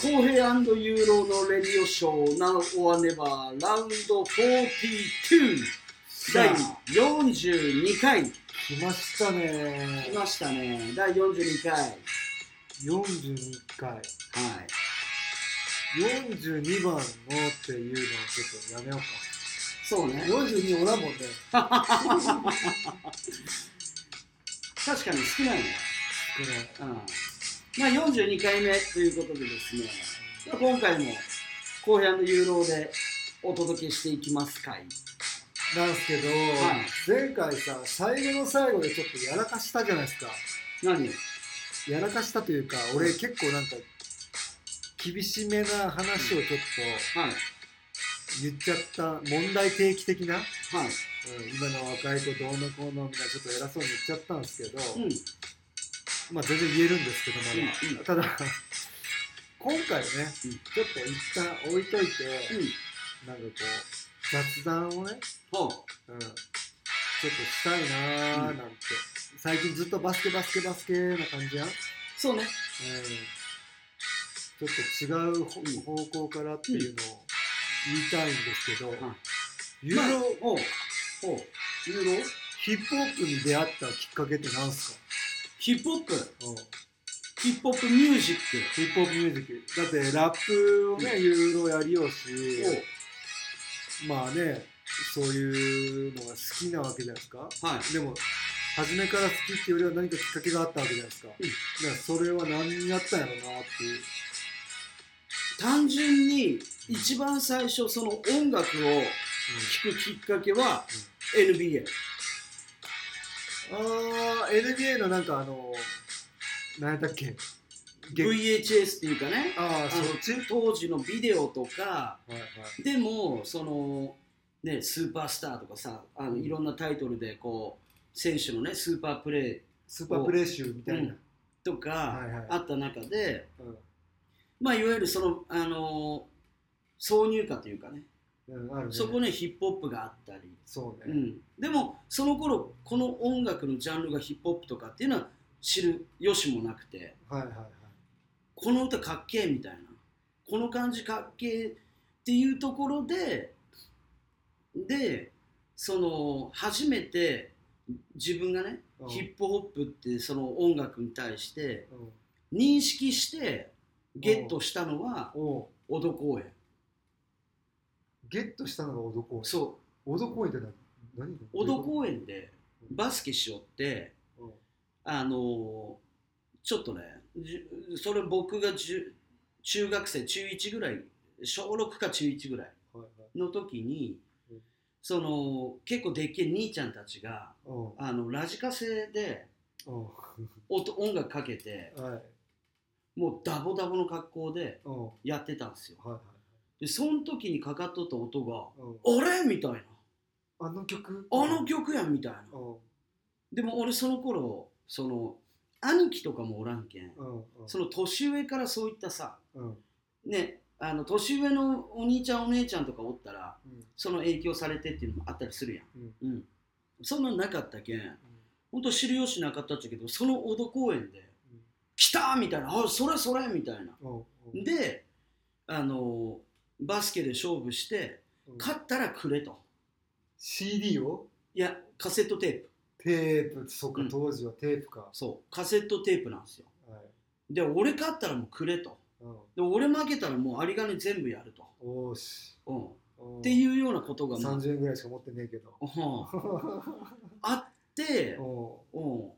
公平ユーロのレディオショー Now or Never ラウンド42第42回来ましたね来。ましたね第42回はい42回。42番のっていうのをちょっとやめようそうねか。42おらんもんね。確かに少ないね少ない。うんまあ42回目ということでですね今回も公平ユーロでお届けしていきますかいなんすけど、い前回さ、最後の最後でちょっとやらかしたじゃないですか。何をやらかしたというか、俺結構なんか、厳しめな話をちょっはいと言っちゃった、問題提起的な、うんはい今の若い子どうのこうのみたいなちょっと偉そうに言っちゃったんですけど、うんまあ全然言えるんですけどまだ、うんうんただ今回ね、うんちょっと一旦置いとうんいて、なんかこう雑談をね、ほううん、ちょっとしたいなーなんて、最近ずっとバスケバスケバスケな感じやん、うん、そうねちょっと違うほうん方向からっていうのを言いたいんですけど、んユーロおうおうユーロヒップホップに出会ったきっかけってなんすか、ヒップホップうんヒップホップミュージックヒップホップミュージックだってラップをね、ユーロやりようし、まあねそういうのが好きなわけじゃないですかおはいでも初めから好きっていうよりは何かきっかけがあったわけじゃないですか,、うんだからそれは何やったんやろうなっていう単純に一番最初その音楽を聴くきっかけは NBA あー NBA のなんかあの何やったっけげ VHS っていうかねあああそっちの当時のビデオとかはいはいでもそのねスーパースターとかさあのいろんなタイトルでこう選手のねスーパープレースーパープレー集みたいな、とかはいはいあった中でうんまあいわゆるそのあの挿入歌というかねうんあるねそこねヒップホップがあったりそううね、ん、でもその頃この音楽のジャンルがヒップホップとかっていうのは知るよしもなくてはいはいはいこの歌かっけえみたいなこの感じかっけえっていうところででその初めて自分がねうんヒップホップってその音楽に対してうん認識してゲットしたのはおう小戸公園ゲットしたのが小戸公園そ小戸公園って何何う小戸公園でバスケしよってうんあのーちょっとねじゅそれ僕がじゅ中学生中1ぐらい小6か中1ぐらいはいはいの時にうんその結構でっけえ兄ちゃんたちがうんあのラジカセでうん音音楽かけてはいもうダボダボの格好でうんはやってたんですよいはいでその時にかかっとった音がう「んあれ?」みたいなあの「曲あの曲やん」みたいなうんでも俺その頃その兄貴とかもおらんけんうんうんその年上からそういったさうんね、あの年上のお兄ちゃんお姉ちゃんとかおったらうんその影響されてっていうのもあったりするやん、うんうん、そんなんなかったけんほんと知るよしなかったっちゃけどその小戸公園で「来た!」みたいな「あそれそれ!」みたいなうんうんであのバスケで勝負してうん勝ったらくれと CD をいやカセットテープテープそうかうん当時はテープかそうカセットテープなんですよはいで俺勝ったらもうくれとうんで俺負けたらもう有り金全部やると、おーしうん、っっていうようなことが、まあ30円ぐらいしか持ってねえけどうんあって、おうん、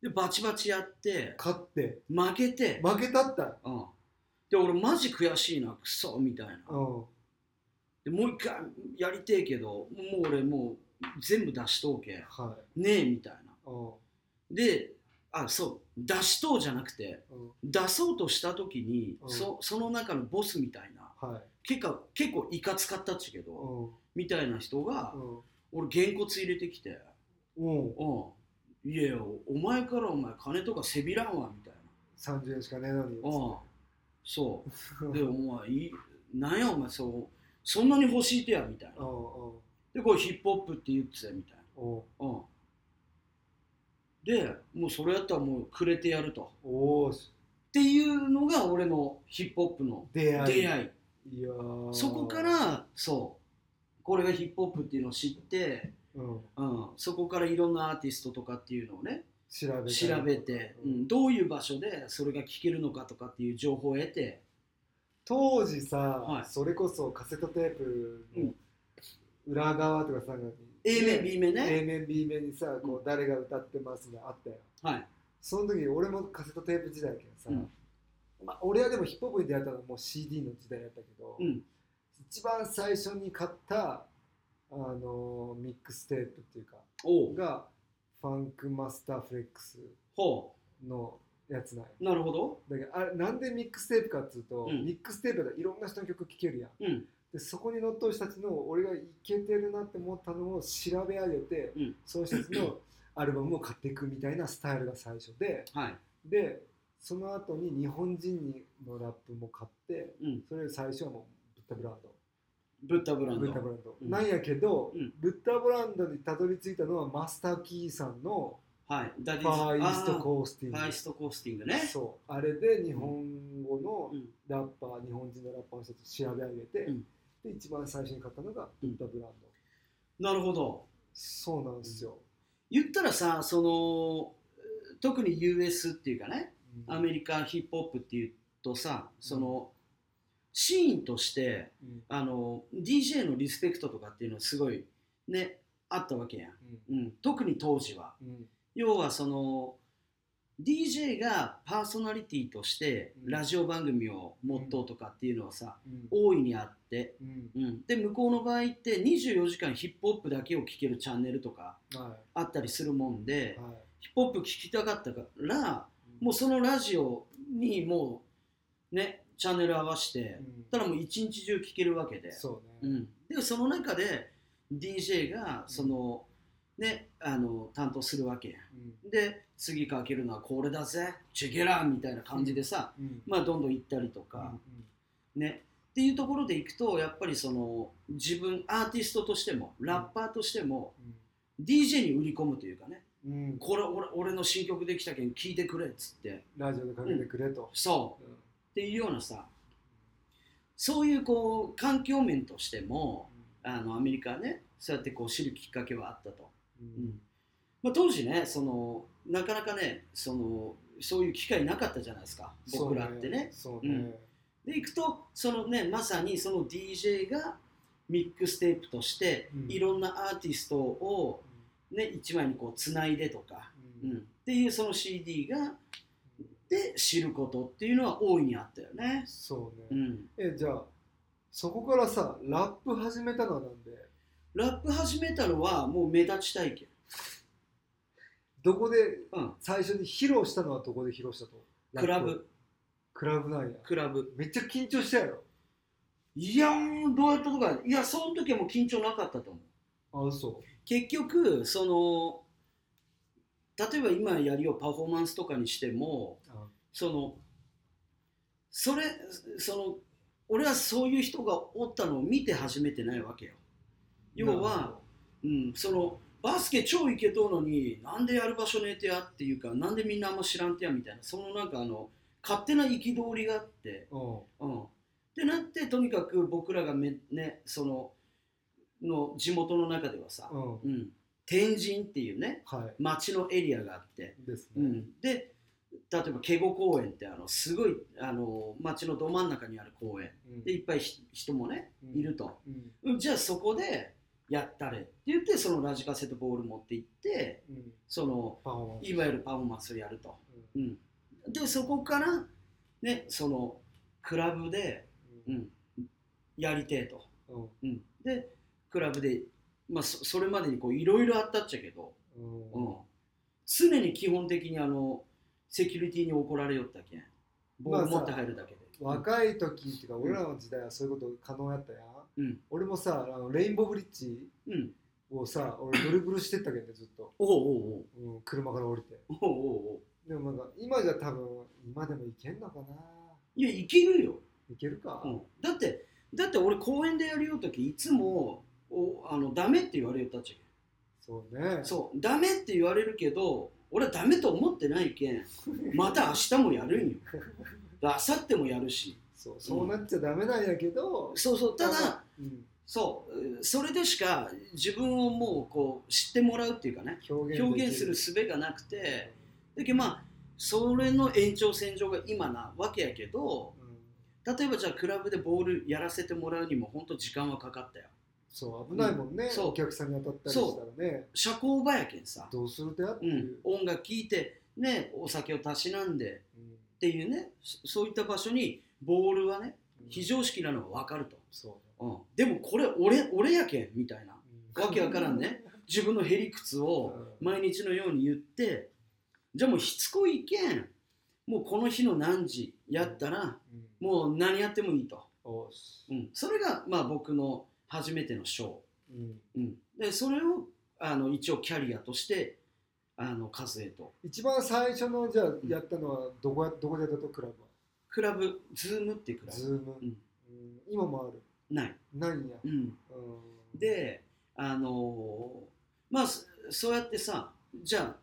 でバチバチやって勝って負けて、負けたったうん、で俺マジ悔しいなクソみたいなうんでもう一回やりてえけどもう俺もう全部出しとうけはねえみたいないうんであそう出しとうじゃなくてうん出そうとした時に、うんそその中のボスみたいなはい結構結構いかつかったっちゅうけど、うんみたいな人が、うん俺げんこつ入れてきてうん「うんいやいやお前からお前金とかせびらんわ」みたいな。 30円しかねえのにああそうでお前いなんやお前そうそんなに欲しいとやみたいうんなうんでこれヒップホップって言ってたよみたいおなうんでもうそれやったらもうくれてやるとおーしっていうのが俺のヒップホップの出会い出会いいやーそこからそうこれがヒップホップっていうのを知って、うん、うん、そこからいろんなアーティストとかっていうのをね調べたり調べて、ううんん、どういう場所でそれが聴けるのかとかっていう情報を得て当時さ、はいそれこそカセットテープうのん裏側とかさ、 A 面 B 面ね A 面 B 面にさこう誰が歌ってますねあったよはいその時俺もカセットテープ時代やけどさ、うんまあ、俺はでもヒップホップに出会ったのはもう CD の時代やったけど、うん一番最初に買ったあのーミックステープっていうかおうがファンクマスターフレックスほのやつなんようなるほどだけどあれなんでミックステープかっつうと、うんミックステープだといろんな人の曲聴けるやんうんでそこにのっとる人たちの俺がいけてるなって思ったのを調べ上げて、うんその人たちのアルバムを買っていくみたいなスタイルが最初ではいでその後に日本人のラップも買ってうんそれ最初はもうブッダブランドブッダブランドブッダブランド、うんなんやけど、うんブッダブランドにたどり着いたのはマスター・キーさんのはいダ「デファーイスト・ーコースティンフグ」ァイストコースティングねそうあれで日本語のうんラッパー、日本人のラッパーの人たちを調べ上げて、うんで一番最初に買ったのがブッダブランド、なるほどそうなんですよ、言ったらさそのえー特に US っていうかねアメリリカヒップホップっていうとさそのシーンとしてカ、うんあの DJ のリスペクトとかっていうのはすごいねあったわけやん、うん、特に当時はうんうん要はその DJ がパーソナリティとしてうんラジオ番組を持とうとかっていうのはさうん大いにあって、うんうん、で向こうの場合って24時間ヒップホップだけを聴けるチャンネルとかはあったりするもんでい、はヒップホップ聴きたかったからい、もうそのラジオにもうねチャンネル合わせてうんたらもう一日中聴けるわけでそううね、ん、でその中で DJ がその、ねあの担当するわけやうんで次かけるのはこれだぜチェケラーみたいな感じでさ、うんまあどんどん行ったりとうんか、うんねっていうところでいくとやっぱりその自分アーティストとしてもラッパーとしても、DJ に売り込むというかねうんうんこれ俺俺の新曲できたけん聞いてくれっつってラジオでかけてくれと、そううんっていうようなさそういうこう環境面としてもあのアメリカはねそうやってこう知るきっかけはあったと、うんうんまあ、当時ねそのなかなかねそのそういう機会なかったじゃないですか僕らってねそうね、で行くとそのねまさにその DJ がミックステープとして、うんいろんなアーティストを、ね、一枚にこうつないでとか、ううんん、っていうその CD がで知ることっていうのは大いにあったよね。そうね、うん、えじゃあそこからさラップ始めたのはなんでラップ始めたのはもう目立ち体験、どこでうん、最初に披露したのはどこで披露したとクララップブクラブなんやクラブめっちゃ緊張したやろいやーどうやったとかいやその時はもう緊張なかったと思うあそ結局その例えば今やりをパフォーマンスとかにしてもうあそのそれその俺はそういう人がおったのを見て始めてないわけよ要は、うん、そのバスケ超いけとうのになんでやる場所ねえてやっていうかなんでみんなあんま知らんてやみたいなそのなんかあの勝手な憤りがあってなるほうん、ってなってとにかく僕らがめ、ね、そのの地元の中ではさ、どうんうんうん、天神っていうねは町のエリアがあって、いですうね、ん、で例えばケゴ公園ってあのすごいあの町のど真ん中にある公園うんでいっぱいひ人もねいると、うんうんじゃあそこでやったれって言ってそのラジカセとボール持って行ってうんそのパフォーマンスいわゆるパフォーマンスをやると、ううんん、でそこからねそのクラブでうん、やりてえと、うんうん、でクラブで、まあ、そそれまでにこういろいろあったっちゃけど、うんうん常に基本的にあのセキュリティに怒られよったけん棒を持って入るだけで、若い時っていうか俺らの時代はそういうこと可能やったやん、うん俺もさあのレインボーブリッジうん、をさ俺ブルブルしてったけどねずっと、おうおううん、車から降りておうおうおうおうでもなんか今じゃ多分今でもいけんのかないやいけるよ、いけるか、うん、だってだって俺公園でやるよときいつもおあのダメって言われよったっちゃけんそうねそうダメって言われるけど俺はダメと思ってないけ んまた明日もやるんよで明後日もやるしそうそうなっちゃダメなんやけど、そうそうただうんそうそれでしか自分をもうこう知ってもらうっていうかね表現でき表現する術がなくてだけどまあそれの延長線上が今なわけやけどうん例えばじゃあクラブでボールやらせてもらうにも本当時間はかかったよそう危ないもんね、うんそうお客さんに当たったりしたらね社交場やけんさ、どうするだってういんう、、音楽聴いてねお酒をたしなんでうんっていうねそそういった場所にボールはね非うん常識なのは分かると、そうん、でもこれ俺俺やけんみたいなうわけわからんね自分のへりくつうんを毎日のように言ってじゃあもうしつこいけんもうこの日の何時やったらうんもう何やってもいいと、おしうん、それがまあ僕の初めてのショー、うんうん、でそれをあの一応キャリアとしてあの数えと一番最初のじゃあやったのはどこやどこでやったとクラブクラブズームっていうクはラズーム、うんうん今もあるブない、ないんや、うん、うん、であのーまあそそうやってさじゃ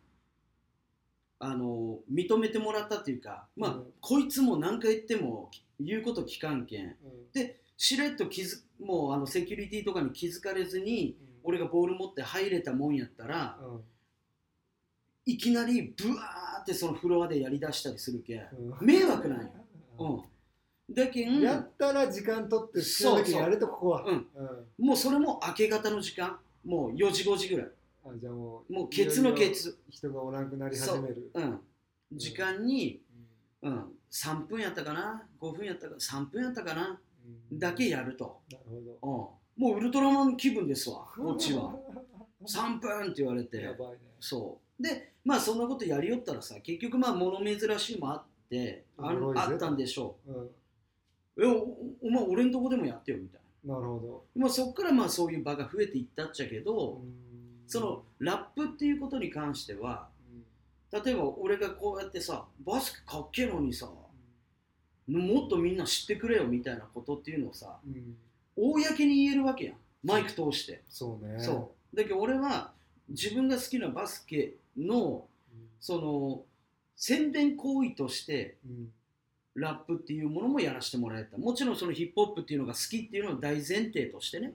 あ、あのー認めてもらったっていうかまあ、うんこいつも何回言っても言うこと聞かんけんうん、しれっと気づもうあのセキュリティとかに気づかれずにうん俺がボール持って入れたもんやったらうんいきなりブワーってそのフロアでやりだしたりするけんう迷惑なんよ、んうん、だけんやったら時間取って好きな時にやれとここはそうそうもうそれも明け方の時間もう4時5時ぐらいうんあじゃあもうもうケツのケいよいよツ人がおらんくなり始めるうん、時間に、うん、3分やったかな5分やったか3分やったかなうんだけやると、なるほどうん、もうウルトラマン気分ですわこっちは3分って言われ やてばいねそうでまあそんなことやりよったらさ結局まあ物珍しいもあってあおもろいぜあったんでしょうんうえおおお前俺んとこでもやってよみたいなるほな、まあ、そっからまあそういう場が増えていったっちゃけどど、うんそのラップっていうことに関してはうん例えば俺がこうやってさバスケかっけえのにさもっとみんな知ってくれよみたいなことっていうのをさうん公に言えるわけやんマイク通して、そうねそうだけど俺は自分が好きなバスケのうんその宣伝行為としてうんラップっていうものもやらせてもらえたもちろんそのヒップホップっていうのが好きっていうのを大前提としてね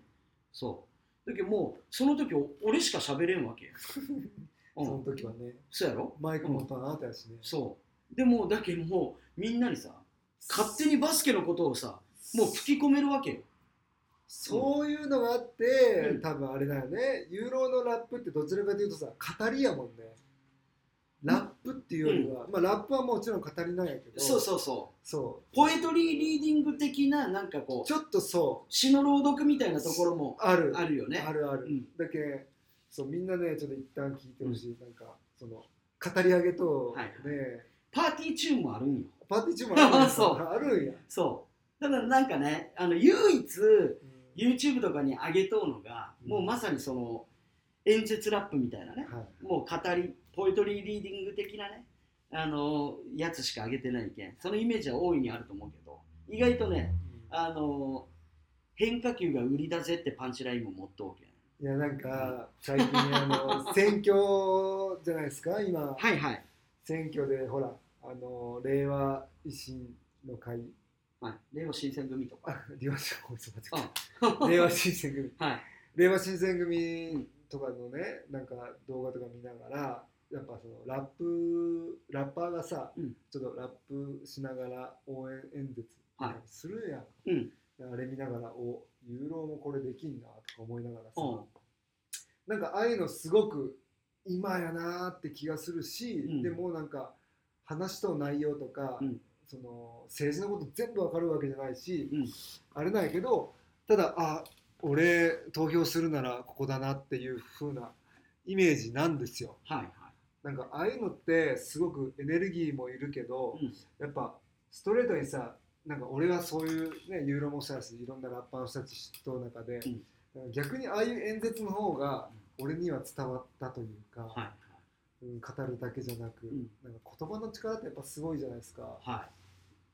そうだけどもうその時お俺しか喋れんわけ や、うそのん、時はねそうやろマイク持ったのあなたやしねそうでもだけどもうみんなにさ勝手にバスケのことをさもう吹き込めるわけよそういうのがあって、うん多分あれだよねユーロのラップってどちらかというとさ語りやもんねラップっていうよりは、まあ、ラップはもちろん語りなんやけどそううそうそそうポエトリーリーディング的ななんかうこうちょっとそ詩の朗読みたいなところもうあるあるよねあるあるうんだけそうみんなねちょっと一旦聞いてほしい、なんかその語り上げと、はいねパーティーチューンもあるんよパーティーチューンもあるんや そうあるんや、そうただなんかねあの唯一うん YouTube とかに上げとうのがうんもうまさにその演説ラップみたいなねはいもう語りポエトリーリーディング的なねあのやつしか上げてないけんそのイメージは大いにあると思うけど意外とねあの変化球が売りだぜってパンチラインも持っとうけんいやなんか最近あ の選挙じゃないですか今はいはい選挙でほらあの令和維新の会はい令和新選組とかあ令和新選あ組 令和新選組はい令和新選組とかのねなんか動画とか見ながらやっぱそのラップラッパーがさ、うんちょっとラップしながら応援演説はいするやん、うんあれ見ながらおユーロもこれできんなとか思いながらうさ、んなんかああいうのすごく今やなーって気がするし、うんでもなんか話と内容とか、うんその政治のこと全部わかるわけじゃないし、うんあれなんやけどただあ俺投票するならここだなっていう風なイメージなんですよ。はいはいなんかああいうのってすごくエネルギーもいるけど、うんやっぱストレートにさなんか俺はそういう、ね、ユーロもそうだしいろんなラッパーの人たちとの中で、うんなんか逆にああいう演説の方が俺には伝わったというか、はいうん語るだけじゃなく、うんなんか言葉の力ってやっぱすごいじゃないですか。はい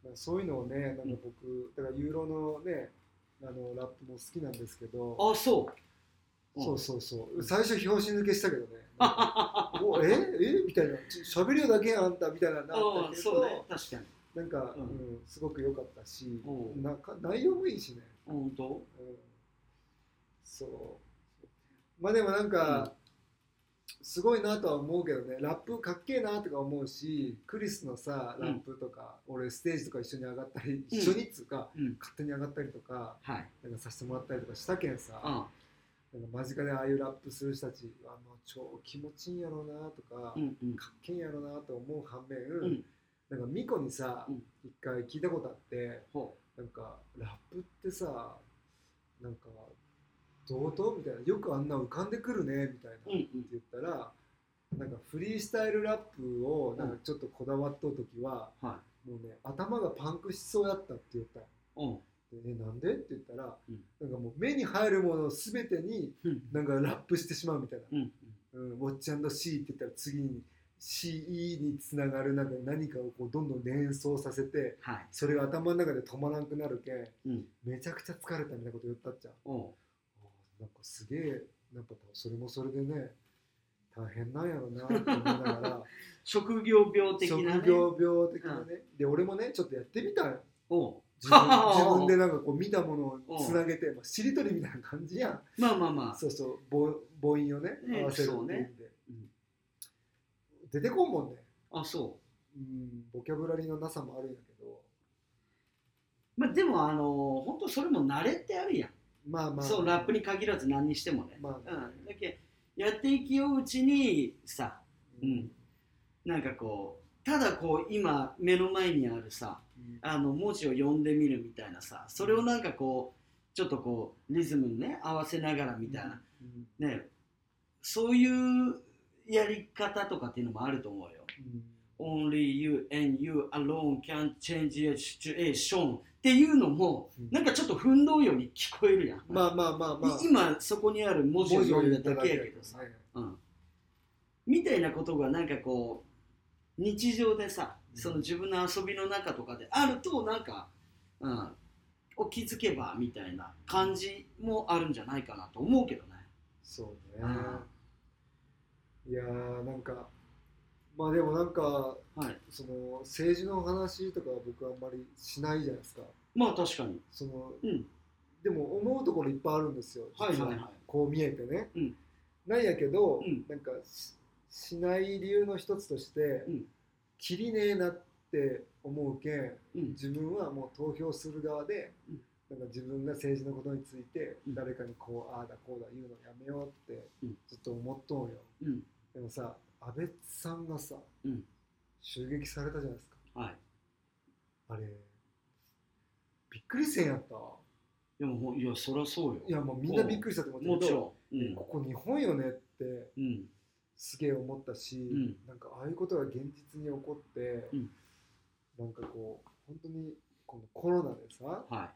なんかそういうのをね、なんか僕、だからユーロのね、あのラップも好きなんですけど、あそううんそうそうそう最初拍子抜けした けどねおええみたいなち喋りよだけやんたみたいなのあうっんたけそうど、ね確かになんか、ううんんすごく良かったしおうなんか内容もいいしね、本当うん、そうまあでもなんか、すごいなとは思うけどねラップかっけえなとか思うしクリスのさラップとか、俺ステージとか一緒に上がったり一緒にっつうか、うん勝手に上がったりとかはいなんかさせてもらったりとかしたけんさ、あなんか間近でああいうラップする人たちはもう超気持ちいいんやろうなとか、うんうんかっけえんやろうなと思う反面、んなんかミコにさうん一、回聞いたことあってほなんかラップってさなんかどうとみたいなよくあんな浮かんでくるねみたいな、ううんって言ったらなんかフリースタイルラップをなんかちょっとこだわっとう時は、うんはもうね頭がパンクしそうやったって言ったようんでえなんでって言ったら、うんなんかもう目に入るもの全てにうんなんかラップしてしまうみたいうな、んうん、ウォッチ &C って言ったら次に CE につながるなんか何かをこうどんどん連想させてはいそれが頭の中で止まらなくなるけんうんめちゃくちゃ疲れたみたいなこと言ったっちゃおうあーなんかすげえなんかそれもそれでね大変なんやろなって思いながら職業 病的職なね業病的なね、で俺もねちょっとやってみ たよおう自分自分でなんかこう見たものをつなげて、まあ、しりとりみたいな感じやんまあまあまあそうそう母母音をねうん合わせるっていうそうんで、ね出てこんもんね、あそうん、ボキャブラリーのなさもあるんやけどうまあでもあの本当それも慣れってあるやんまあまあそうラップに限らず何にしてもね、まあうん、だけやっていきよううちにさ、うん、なんかこうただこう今目の前にあるさうんあの文字を読んでみるみたいなさそれをなんかこうちょっとこうリズムにね合わせながらみたいな、、うんねそういうやり方とかっていうのもあると思うよ。Only you and you alone can change your situation っていうのもうんなんかちょっと奮闘ように聞こえるやん。まあまあまあまあ今そこにある文字を読んだだけやけどさ、文字を言っただけやけどねうん、みたいなことがなんかこう日常でさうんその自分の遊びの中とかであるとなんか、うん、お気づけばみたいな感じもあるんじゃないかなと思うけどね。そうねあいやーなんかまあでもなんかはい、その政治の話とかは僕はあんまりしないじゃないですかまあ確かに。そのうんでも思うところいっぱいあるんですよ、はいはいはい実こう見えてね、うんなんやけど、うんなんかししない理由の一つとして、うんきりねえなって思うけんうん自分はもう投票する側で、うんなんか自分が政治のことについてうん誰かにこうああだこうだ言うのやめようってうんずっと思っとんよ、うんでもさ安倍さんがさ、うん襲撃されたじゃないですかはい、あれびっくりせんやったわでもほいやそりゃそうよ。いやもうみんなびっくりしたと思もうけちど、ろん。うんここ日本よねってうんすげえ思ったし、んなんかああいうことが現実に起こって、うんなんかこう本当にこのコロナでさは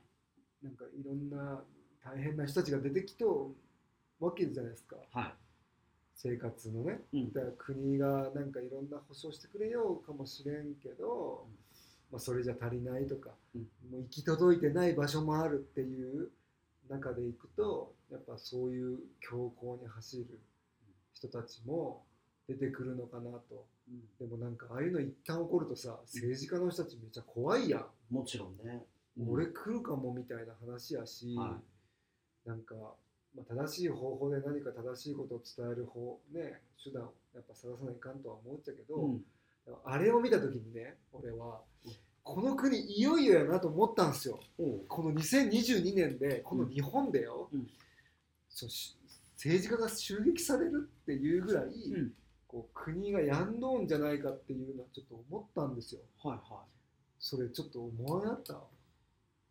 なんかいろんな大変な人たちが出てきとうわけじゃないですかいは生活のねい、うんだから国がなんかいろんな保障してくれようかもしれんけど、うんまあ、それじゃ足りないとか、うんもう行き届いてない場所もあるっていう中でいくとやっぱそういう強硬に走る人たちも出てくるのかなとうんでもなんかああいうの一旦起こるとさ政治家の人たちめっちゃ怖いやん、もちろんね。俺来るかもみたいな話やし、はなんか、まあ、正しい方法で何か正しいことを伝える方ね手段をやっぱ探さないかんとは思っちゃうけど、うんあれを見た時にね俺はうんこの国いよいよやなと思ったんですよおうこの2022年でこの日本でよ、うんそうし政治家が襲撃されるっていうぐらい、んこう国がやんどんじゃないかっていうのはちょっと思ったんですよはいはい。それちょっと思わなかった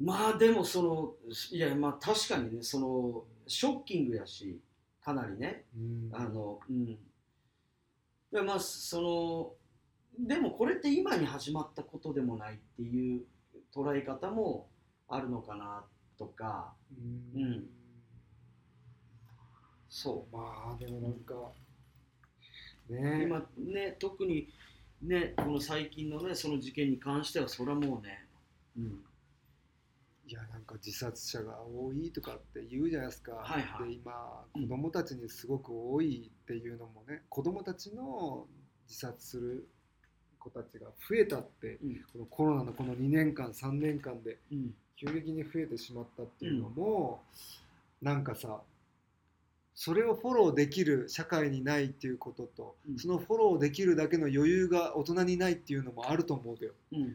まあでもそのいやまあ確かにねそのショッキングやしかなりねうんあのうんでまあそのでもこれって今に始まったことでもないっていう捉え方もあるのかなとかうんうんそまあでもなんかうね今ね特にねこの最近のねその事件に関してはそれはもうね、うん、いやなんか自殺者が多いとかって言うじゃないですか、はいはいで今うん子供たちにすごく多いっていうのもね、子供たちの自殺する子たちが増えたってうんこのコロナのこの2年間3年間でうん急激に増えてしまったっていうのも、なんかさそれをフォローできる社会にないっていうことと、うんそのフォローできるだけの余裕が大人にないっていうのもあると思うけどうん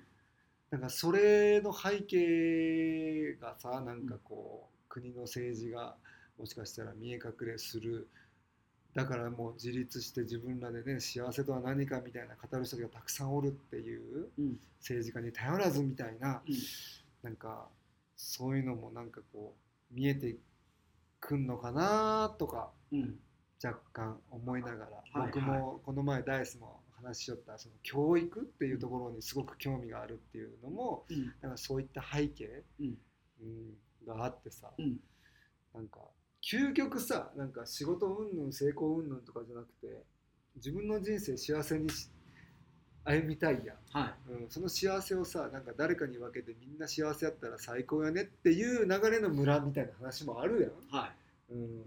なんかそれの背景がさなんかこう、国の政治がもしかしたら見え隠れするだからもう自立して自分らでね幸せとは何かみたいな語る人がたくさんおるっていう、うん政治家に頼らずみたいな、うんなんかそういうのもなんかこう見えてくんのかなとかうん若干思いながら、はい僕もこの前ダイスも話しよったその教育っていうところにすごく興味があるっていうのも、うんなんかそういった背景、うんうんがあってさ、うんなんか究極さなんか仕事云々成功云々とかじゃなくて自分の人生幸せにし歩みたいやん、はうん、その幸せをさなんか誰かに分けてみんな幸せやったら最高やねっていう流れの村みたいな話もあるやん。いはうん、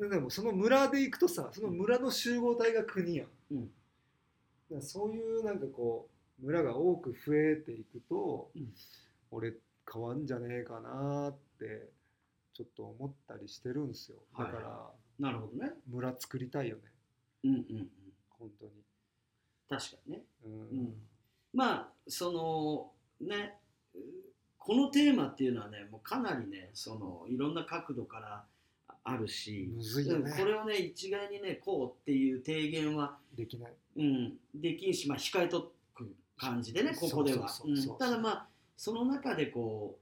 ででもその村で行くとさその村の集合体が国やん、うんだからそういうなんかこう村が多く増えていくと、うん俺変わんじゃねえかなってちょっと思ったりしてるんですよだから、はなるほどね村作りたいよねうんうんうん本当に、確かにねうんうんまあそのねうこのテーマっていうのはねもうかなりねそのいろんな角度からああるし、むずいようんね、これをね一概にねこうっていう提言はできないうん、できんし、まあ、控えとく感じでねここではそうそうそうそううんただまあその中でこ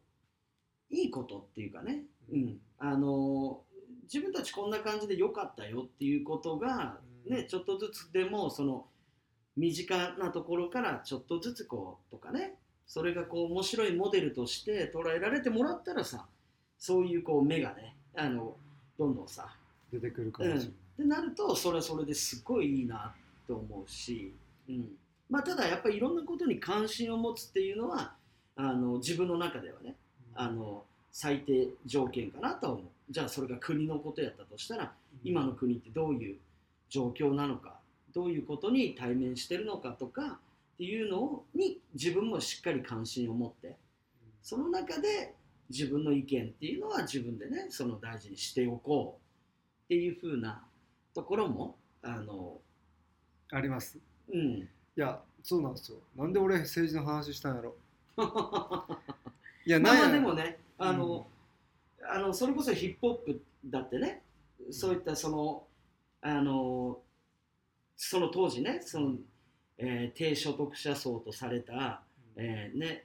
ういいことっていうかね、うんうんあの自分たちこんな感じで良かったよっていうことが、うんねちょっとずつでもその身近なところからちょっとずつこうとかねそれがこう面白いモデルとして捉えられてもらったらさそういうこう目がねあのどんどんさ出てくるかもしれない、ってなるとそれはそれですごいいいなと思うし、うんまあ、ただやっぱりいろんなことに関心を持つっていうのはあの自分の中ではねあの最低条件かなとは思うじゃあそれが国のことやったとしたら今の国ってどういう状況なのかどういうことに対面してるのかとかっていうのをに自分もしっかり関心を持ってその中で自分の意見っていうのは自分でねその大事にしておこうっていう風なところもあのありますうんいやそうなんですよなんで俺政治の話したんやろ まあいやなんまやあでもねあの、あのそれこそヒップホップだってねそういったそのあのその当時ねその、えー低所得者層とされたえーね、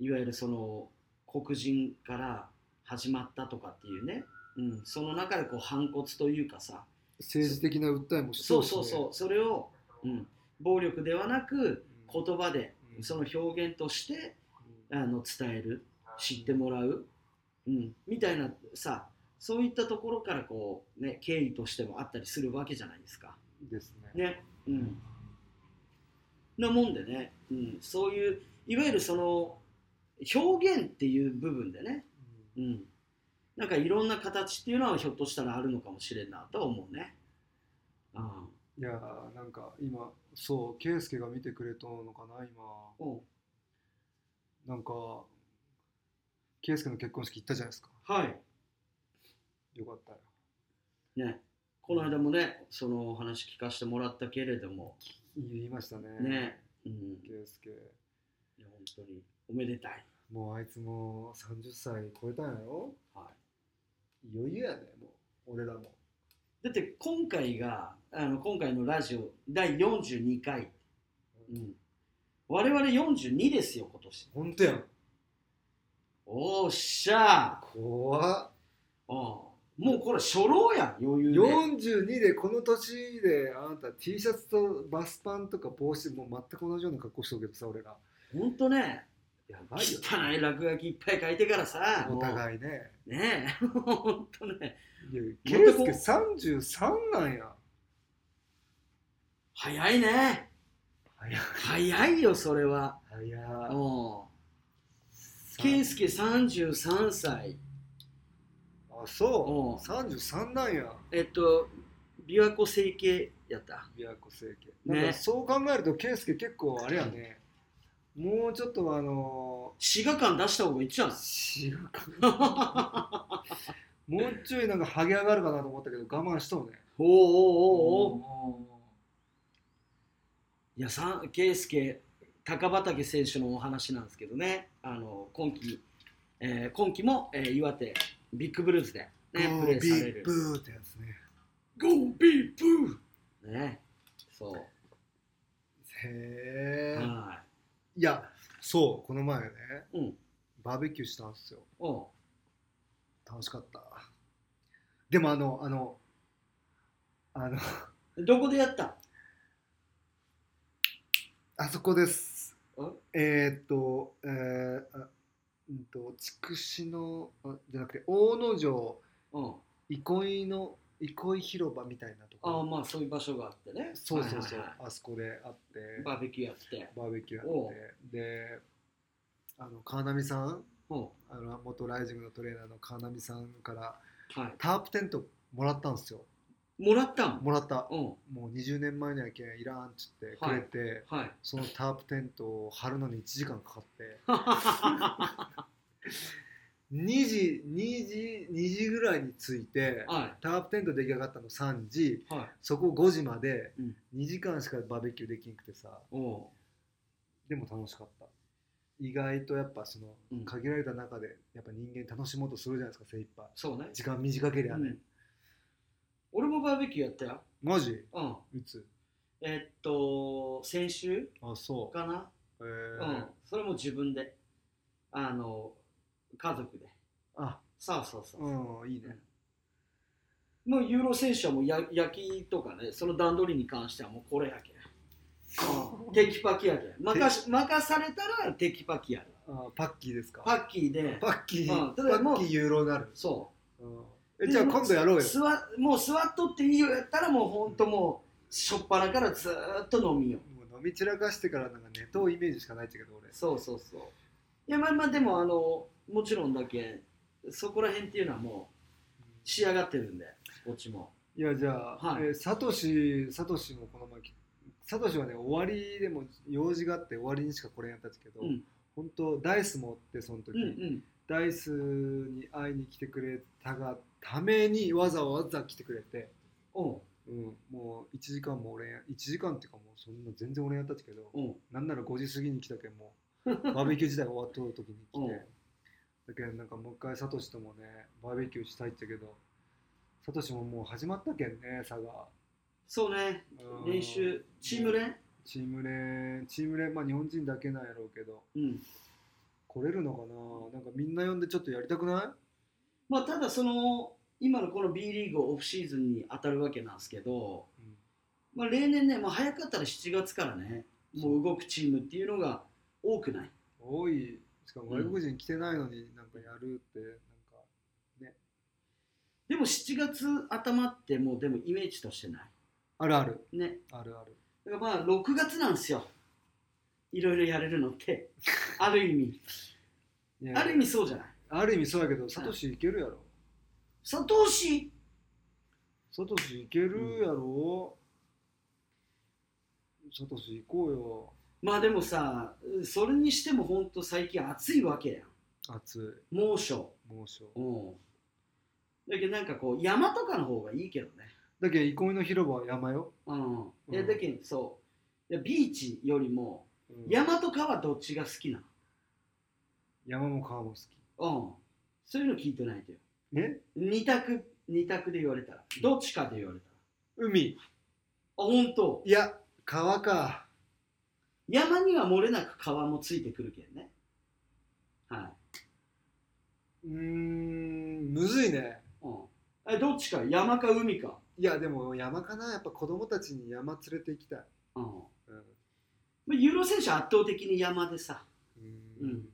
いわゆるその黒人から始まったとかっていうね、うん、その中でこう反骨というかさ政治的な訴えもしてそるうしそねうそうそれを、うん、暴力ではなくうん言葉でうんその表現としてうんあの伝える知ってもらう、うん、みたいなさそういったところからこう、ね、経緯としてもあったりするわけじゃないですか。ですねねうん、なもんでね、うん、そういういわゆるその表現っていう部分でね、ううんん、なんかいろんな形っていうのはひょっとしたらあるのかもしれんなとは思うね。あいやーなんか今そう圭介が見てくれとんのかな今あおなんか圭介の結婚式行ったじゃないですかはい、よかったよね、この間もねそのお話聞かせてもらったけれども言いましたねね、うん、い圭介や本当におめでたい。もうあいつも30歳超えたんやろはいよいよやねもう俺らもい、だって今回があの今回のラジオ第42回うん、我々42ですよ今年ほんとやんおっしゃ怖っーうんもうこれ初老やん余裕で42でこの年であなた T シャツとバスパンとか帽子もう全く同じような格好しとるけどさ俺らほんとねやばいよ汚い落書きいっぱい書いてからさおい互いねねえほんとねいやま圭たこう介33なんや早いね早い早いよそれは早いうん圭介33歳あそおうう33なんやえっと琵琶湖整形やった琵琶湖整形ねなんかそう考えると圭介結構あれやねもうちょっとあの滋賀感出した方がいいんちゃう 違うかもうちょいなんかハゲ上がるかなと思ったけど我慢しとうねおおおうおうおういやさ圭介高畠選手のお話なんですけどねあの今季、えー今季も、えー岩手ビッグブルーズで、ね、プレーされるブーってやつねゴービーブーねそうへえ、はいやそうこの前ねいうんバーベキューしたんすよおう楽しかったでもあのあのあの どこでやったあそこですんえー、っとえー、あうんと筑紫のあじゃなくて大野城うん憩いの憩い広場みたいなとこああまあそういう場所があってねそうそうそう、はいはいはあそこで会っていバーベキューやってバーベキューやおってであの川波さんおうあの元ライジングのトレーナーの川波さんからはいタープテントもらったんですよもらったもんもらったうんもう20年前にはけんいらんっつってくれて、はいそのタープテントを張るのに1時間かかって2時2時2時ぐらいに着いてはタープテント出来上がったの3時いはいそこ5時までうん2時間しかバーベキューできんくてさ、おうでも楽しかった意外とやっぱそのうん限られた中でやっぱ人間楽しもうとするじゃないですか精一杯そうね時間短ければね、うん俺もバーベキューやったよマジうんいつえっと先週あそかなうへえうんそれも自分であの家族であそうそうそううんいいねもうユーロ選手はもうや焼きとかね、その段取りに関してはもうこれやけ。うんテキパキやけ。任し任されたらテキパキやる。あパッキーですかパッキーで、パッキー、うんたパだもうッキーユーロになる、そうんう。えじゃあで今度やろうよすわもう座っとっていいよやったらもうほんともう、しょっぱなからずーっと飲みよ。もう飲み散らかしてからなんかネトウイメージしかないんだけど俺そうそうそう。いやまあまあでもあの、もちろんだけ、そこら辺っていうのはもう仕上がってるんで、こっちも。いやじゃあ、はいえーサトシサトシもこの前きサトシはね終わりでも用事があって終わりにしかこれやったんですけど、うん本当ダイス持ってその時、うんうん。ダイスに会いに来てくれたがためにわざわざ来てくれて、おううん、もう1時間も俺や1時間っていうかもうそんな全然俺やったんですけど、おうなんなら5時過ぎに来たけんもう バーベキュー時代が終わっとる時にう来んてだけどなんかもう一回サトシともねバーベキューしたいって言ったけどサトシももう始まったけんね差がそうね、うん練習、チーム練チーム連チーム連まあ日本人だけなんやろうけどうん。来れるのかななんかみんな呼んでちょっとやりたくなまあ、ただその今のこの B リーグオフシーズンに当たるわけなんですけど、い、まあ、例年ね、まあ、早かったら7月からねもう動くチームっていうのが多くない多いしかも外国人来てないのになんかやるってなんかでも7月頭ってもうでもイメージとしてなあるあるいねあるあるだからまあ6月なんですよいろいろやれるのってある意 味いやある意味そうじゃないある意味そうやけどサトシいけるやろ佐藤氏サトシいけるやろ、サトシ行こうよまあでもさそれにしても本当最近暑いわけやん暑猛暑い猛暑うんだけどなんかこう山とかの方がいいけどねだけど憩いの広場は山よ、うん、ういんやだけどそういやビーチよりも山と川どっちが好きな山も川も好きの、うん、そういうの聞いてないとよえ二択二択で言われたらどっちかで言われたら海あ本当いや川か山には漏れなく川もついてくるけんねはうーんむずいねい、うん、えどっちか山か海か、いやでも山かなやっぱ子供たちに山連れて行きたい、うんうんまあ、ユーロ選手は圧倒的に山でさうん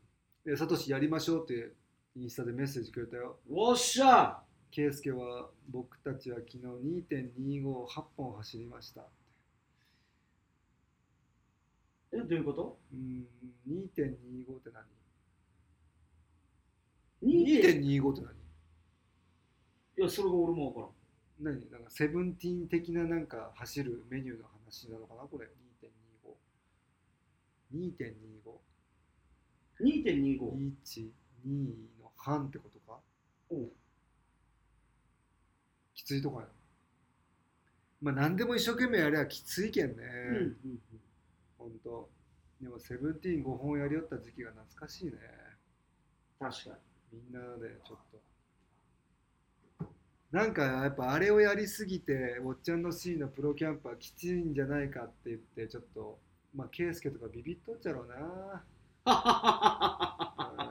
でサトシやりましょうってインスタでメッセージくれたよおっしゃケイスケは僕たちは昨日2.258本走りましたえどういうことうーん2.25って何2.2 2.25って何いやそれが俺も分からん何なんかセブンティーン的ななんか走るメニューの話なのかなこれ2.25 2.25 2.2512の半ってことかおうきついとこやなまあ何でも一生懸命やりゃきついけんね、うんうんうんほんとでもセブンティーン5本やりよった時期が懐かしいね確かにみんなでちょっとなんかやっぱあれをやりすぎておっちゃんの C のプロキャンパーきついんじゃないかって言ってちょっとまあ圭介とかビビっとっちゃろうな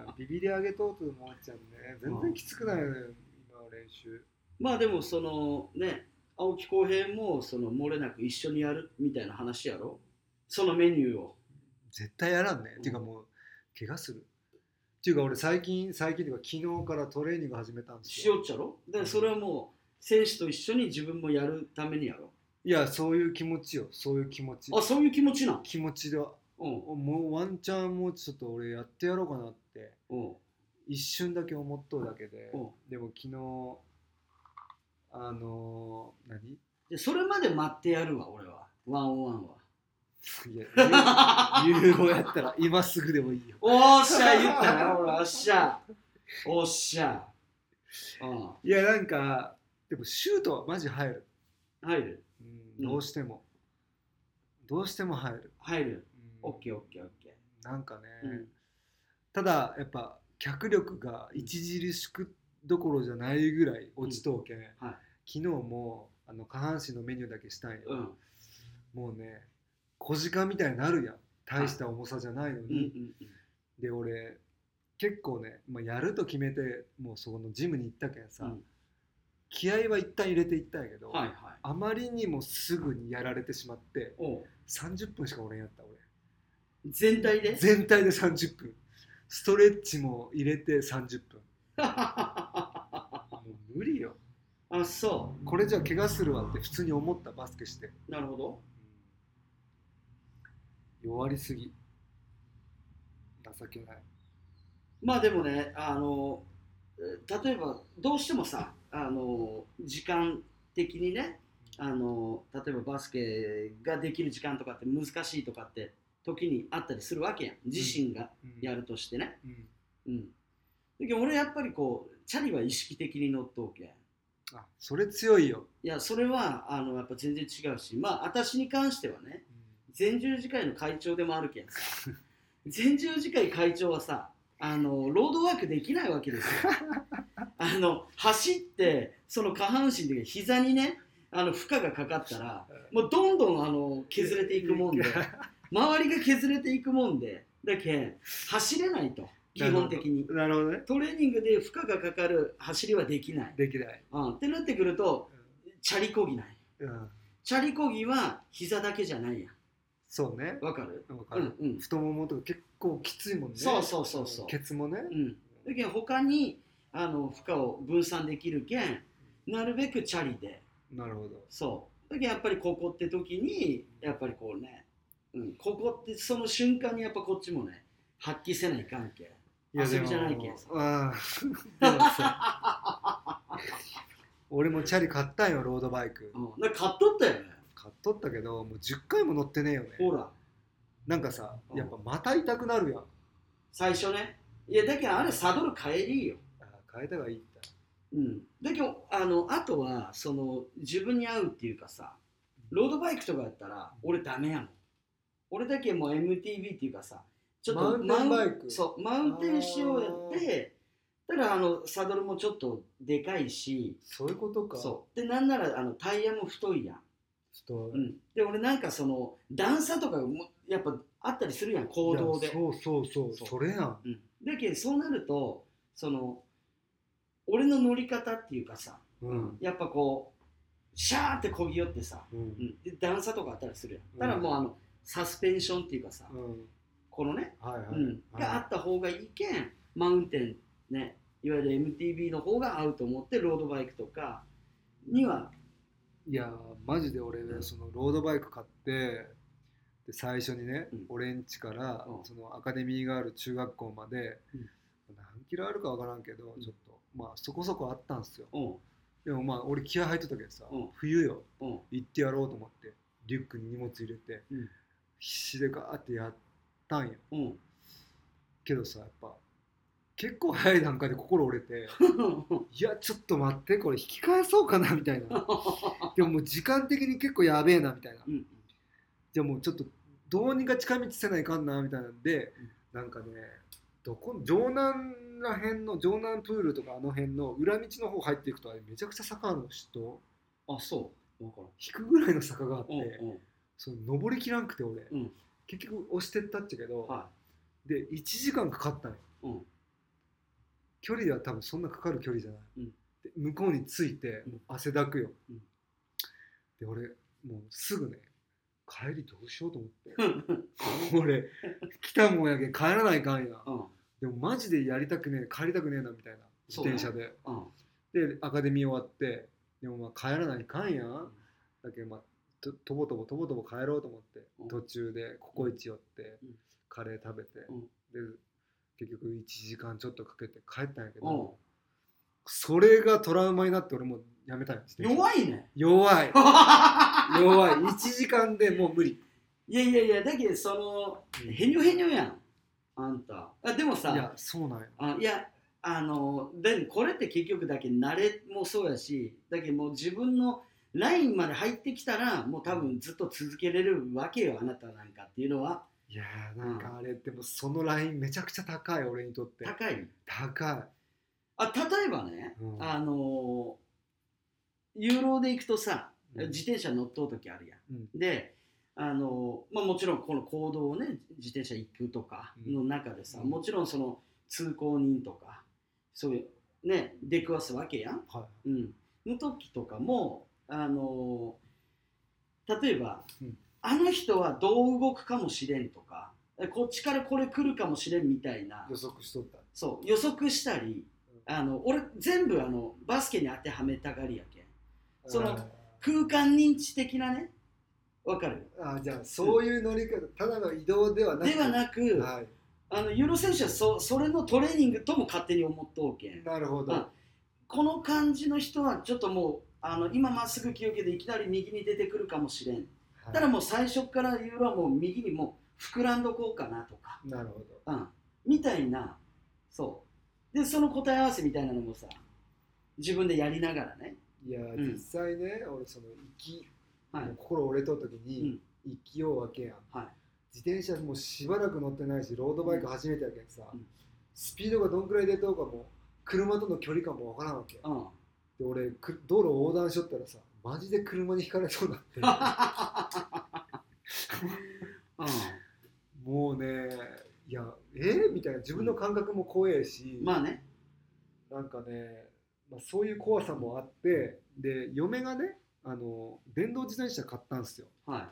うんビビり上げとうと思っちゃうね全然きつくないよね今の練習 まあでもそのね青木浩平もその漏れなく一緒にやるみたいな話やろそのメニューを絶対やらんね、うんっていうかもう怪我するっていうか俺最近最近っていうか昨日からトレーニング始めたんですしよよっちゃろだからそれはもう選手と一緒に自分もやるためにやろいやそういう気持ちよそういう気持ちあそういう気持ちなん気持ちでうんもうワンチャンもうちょっと俺やってやろうかなってうん一瞬だけ思っとうだけで、うんでも昨日あのー、何 でそれまで待ってやるわ俺はワンオンワンはい やゆ融合やったら今すぐでもいいよおっしゃ言ったな俺おっしゃおっしゃうんいやなんかでもシュートはマジ入る、入るうん、どうしても、どうしても入る、入るうオんッケーオッケーオッケなんかね、ーうんただやっぱ脚力が著しくどころじゃないぐらい落ちとうけん、はい昨日もあの下半身のメニューだけしたいうの、んもうね小鹿みたいになるやん大した重さじゃないのうに、んうんうんで俺結構ね、まあ、やると決めてもうそこのジムに行ったけんさ、うん気合は一旦入れていったんやけど、はいはいあまりにもすぐにやられてしまっておう30分しか俺んやった俺全体で 全体で30分ストレッチも入れて30分もう無理よあそこれじゃ怪我するわって普通に思ったバスケしてうなるほど弱りすぎ情けないまあでもねあのえ例えばどうしてもさあの時間的にねあの例えばバスケができる時間とかって難しいとかって時にあったりするわけやん自身がやるとしてね、ううんん。だけど俺やっぱりこう、チャリは意識的に乗っとうけん。いあそれ強いよ、や、それはあのやっぱ全然違うし、まあ私に関してはね、前十字会の会長でもあるけんさ、 前十字会会長はさ、あのロードワークできないわけです よ。あの走って、その下半身で膝にね、あの負荷がかかったら、もうどんどんあの削れていくもんで、周りが削れていくもんで、だけん走れないと、基本的に。 なるほどねトレーニングで負荷がかかる走りはできない。できない、うん、ってなってくると、チャリこぎない。うん、チャリこぎは膝だけじゃないやそうねん。わかるわかうる、んうん。太ももとか結構きついもんねそうそうそうそう。ケツもね、うん。だけど他にあの負荷を分散できるけん、なるべくチャリで。なるほどそう。だけどやっぱりここって時に、やっぱりこうね、うん、ここってその瞬間にやっぱこっちもね、発揮せないかんけん。遊びじゃないけんさああでもさ俺もチャリ買ったんよロードバイクうん。なんか買っとったよね。買っとったけどもう10回も乗ってねえよねほら。なんかさうんやっぱまた痛くなるやん最初ねいやだけどあれサドル変えりよ、ああ変えた方がいいってうん、だけどあのあとはその自分に合うっていうかさロードバイクとかやったら俺ダメやもん俺だけもう MTB っていうかさちょっとマウンテンバイクマウそうマウンテン仕様やってただあのサドルもちょっとでかいしそういうことかそうでなんならあのタイヤも太いやん、ちょっと、うん、で俺なんかその段差とかもやっぱあったりするやん行動でいやそうそうそうそそうれやんだけどそうなるとその俺の乗り方っていうかさうんやっぱこうシャーってこぎ寄ってさ、うんうん、で段差とかあったりするうやんんだからもうあのサスペンションっていうかさ、うんこのね、はいはい、うん、があった方がいいけんマウンテンねいわゆる MTB の方が合うと思ってロードバイクとかにはいやーマジで俺、ねうんそのロードバイク買ってで最初にね、うん俺ん家から、うんそのアカデミーがある中学校まで、うんなん嫌われるかわからんけど、うんちょっとまあそこそこあったんすようんでもまあ俺気合入ってたけどさ、うん冬ようん行ってやろうと思ってリュックに荷物入れてうん必死でガーってやったんようん けどさやっぱ結構早い段階で心折 れていやちょっと待ってこれ引き返そうかなみたいなでももう時間的に結構やべえなみたいなうんじゃあもうちょっとどうにか近道せないかんなみたいなんで、なんかねどこ城南ら辺の城南プールとかあの辺の裏道の方入っていくとあれめちゃくちゃ坂あるの知っとあそう分からん引くぐらいの坂があって、うんうんその登りきらんくて俺、うん結局押してったっちゃけど、はで1時間かかったんよいうん距離は多分そんなかかる距離じゃない、うんで向こうに着いてうん汗だくよ、うんで俺もうすぐね帰りどうしようと思って 俺来たもんやけん帰らないかんやうんでもマジでやりたくねえ帰りたくねえなみたいな自そうね転車で、うんでアカデミー終わってでもまあ帰らないかんやだけどまあととぼとぼとぼとぼ帰ろうと思って、うん途中でココイチ寄って、うんカレー食べて、うんで結局1時間ちょっとかけて帰ったんやけど、うんそれがトラウマになって俺もうやめたんよ自転車弱いね弱 い弱い1時間でもう無理いやいやいやだけどそうんのへにょへにょやんあんたあでもいさやそうなんよあいやあのでもこれって結局だけ慣れもそうやしだけどもう自分のラインまで入ってきたらもう多分ずっと続けれるわけよあなたなんかっていうのはいやーなんかあれでもそのラインめちゃくちゃ高い俺にとって高い高あ例えばね、うんあのユーロで行くとさい、自転車乗っとう時あるやんうんであの、まあ、もちろんこの行動をね自転車行くとかの中でさ、うんもちろんその通行人とかそういうね出くわすわけやんはうん、の時とかも、あのー例えば、うん、あの人はどう動くかもしれんとかえこっちからこれ来るかもしれんみたいない予測しとったそう予測したりあの俺全部あのバスケに当てはめたがりやけんその空間認知的なねわかるあーじゃあそういう乗り方ただの移動ではなくではなくはい、あのユーロ選手はそそれのトレーニングとも勝手に思っとうけんなるほど、うんこの感じの人はちょっともうあの今まっすぐ気を受けていきなり右に出てくるかもしれんはいただもう最初からユーロはもう右にもう膨らんどこうかなとか、なるほうん、みたいなそうでその答え合わせみたいなのもさ自分でやりながらね、どいやー、うん実際ね俺その行き、はいもう心折れとった時うにん行きようわけやん、はい自転車もうしばらく乗ってないしロードバイク初めてやけんさ、うんスピードがどんくらい出とうかも車との距離感もわからんわけうん、で俺く道路横断しとったらさマジで車にひかれそうになってうん、もうねいやえみたいな自分の感覚も怖えし、まあねなんかね、まあ、そういう怖さもあってで嫁がねあの電動自転車買ったんですよは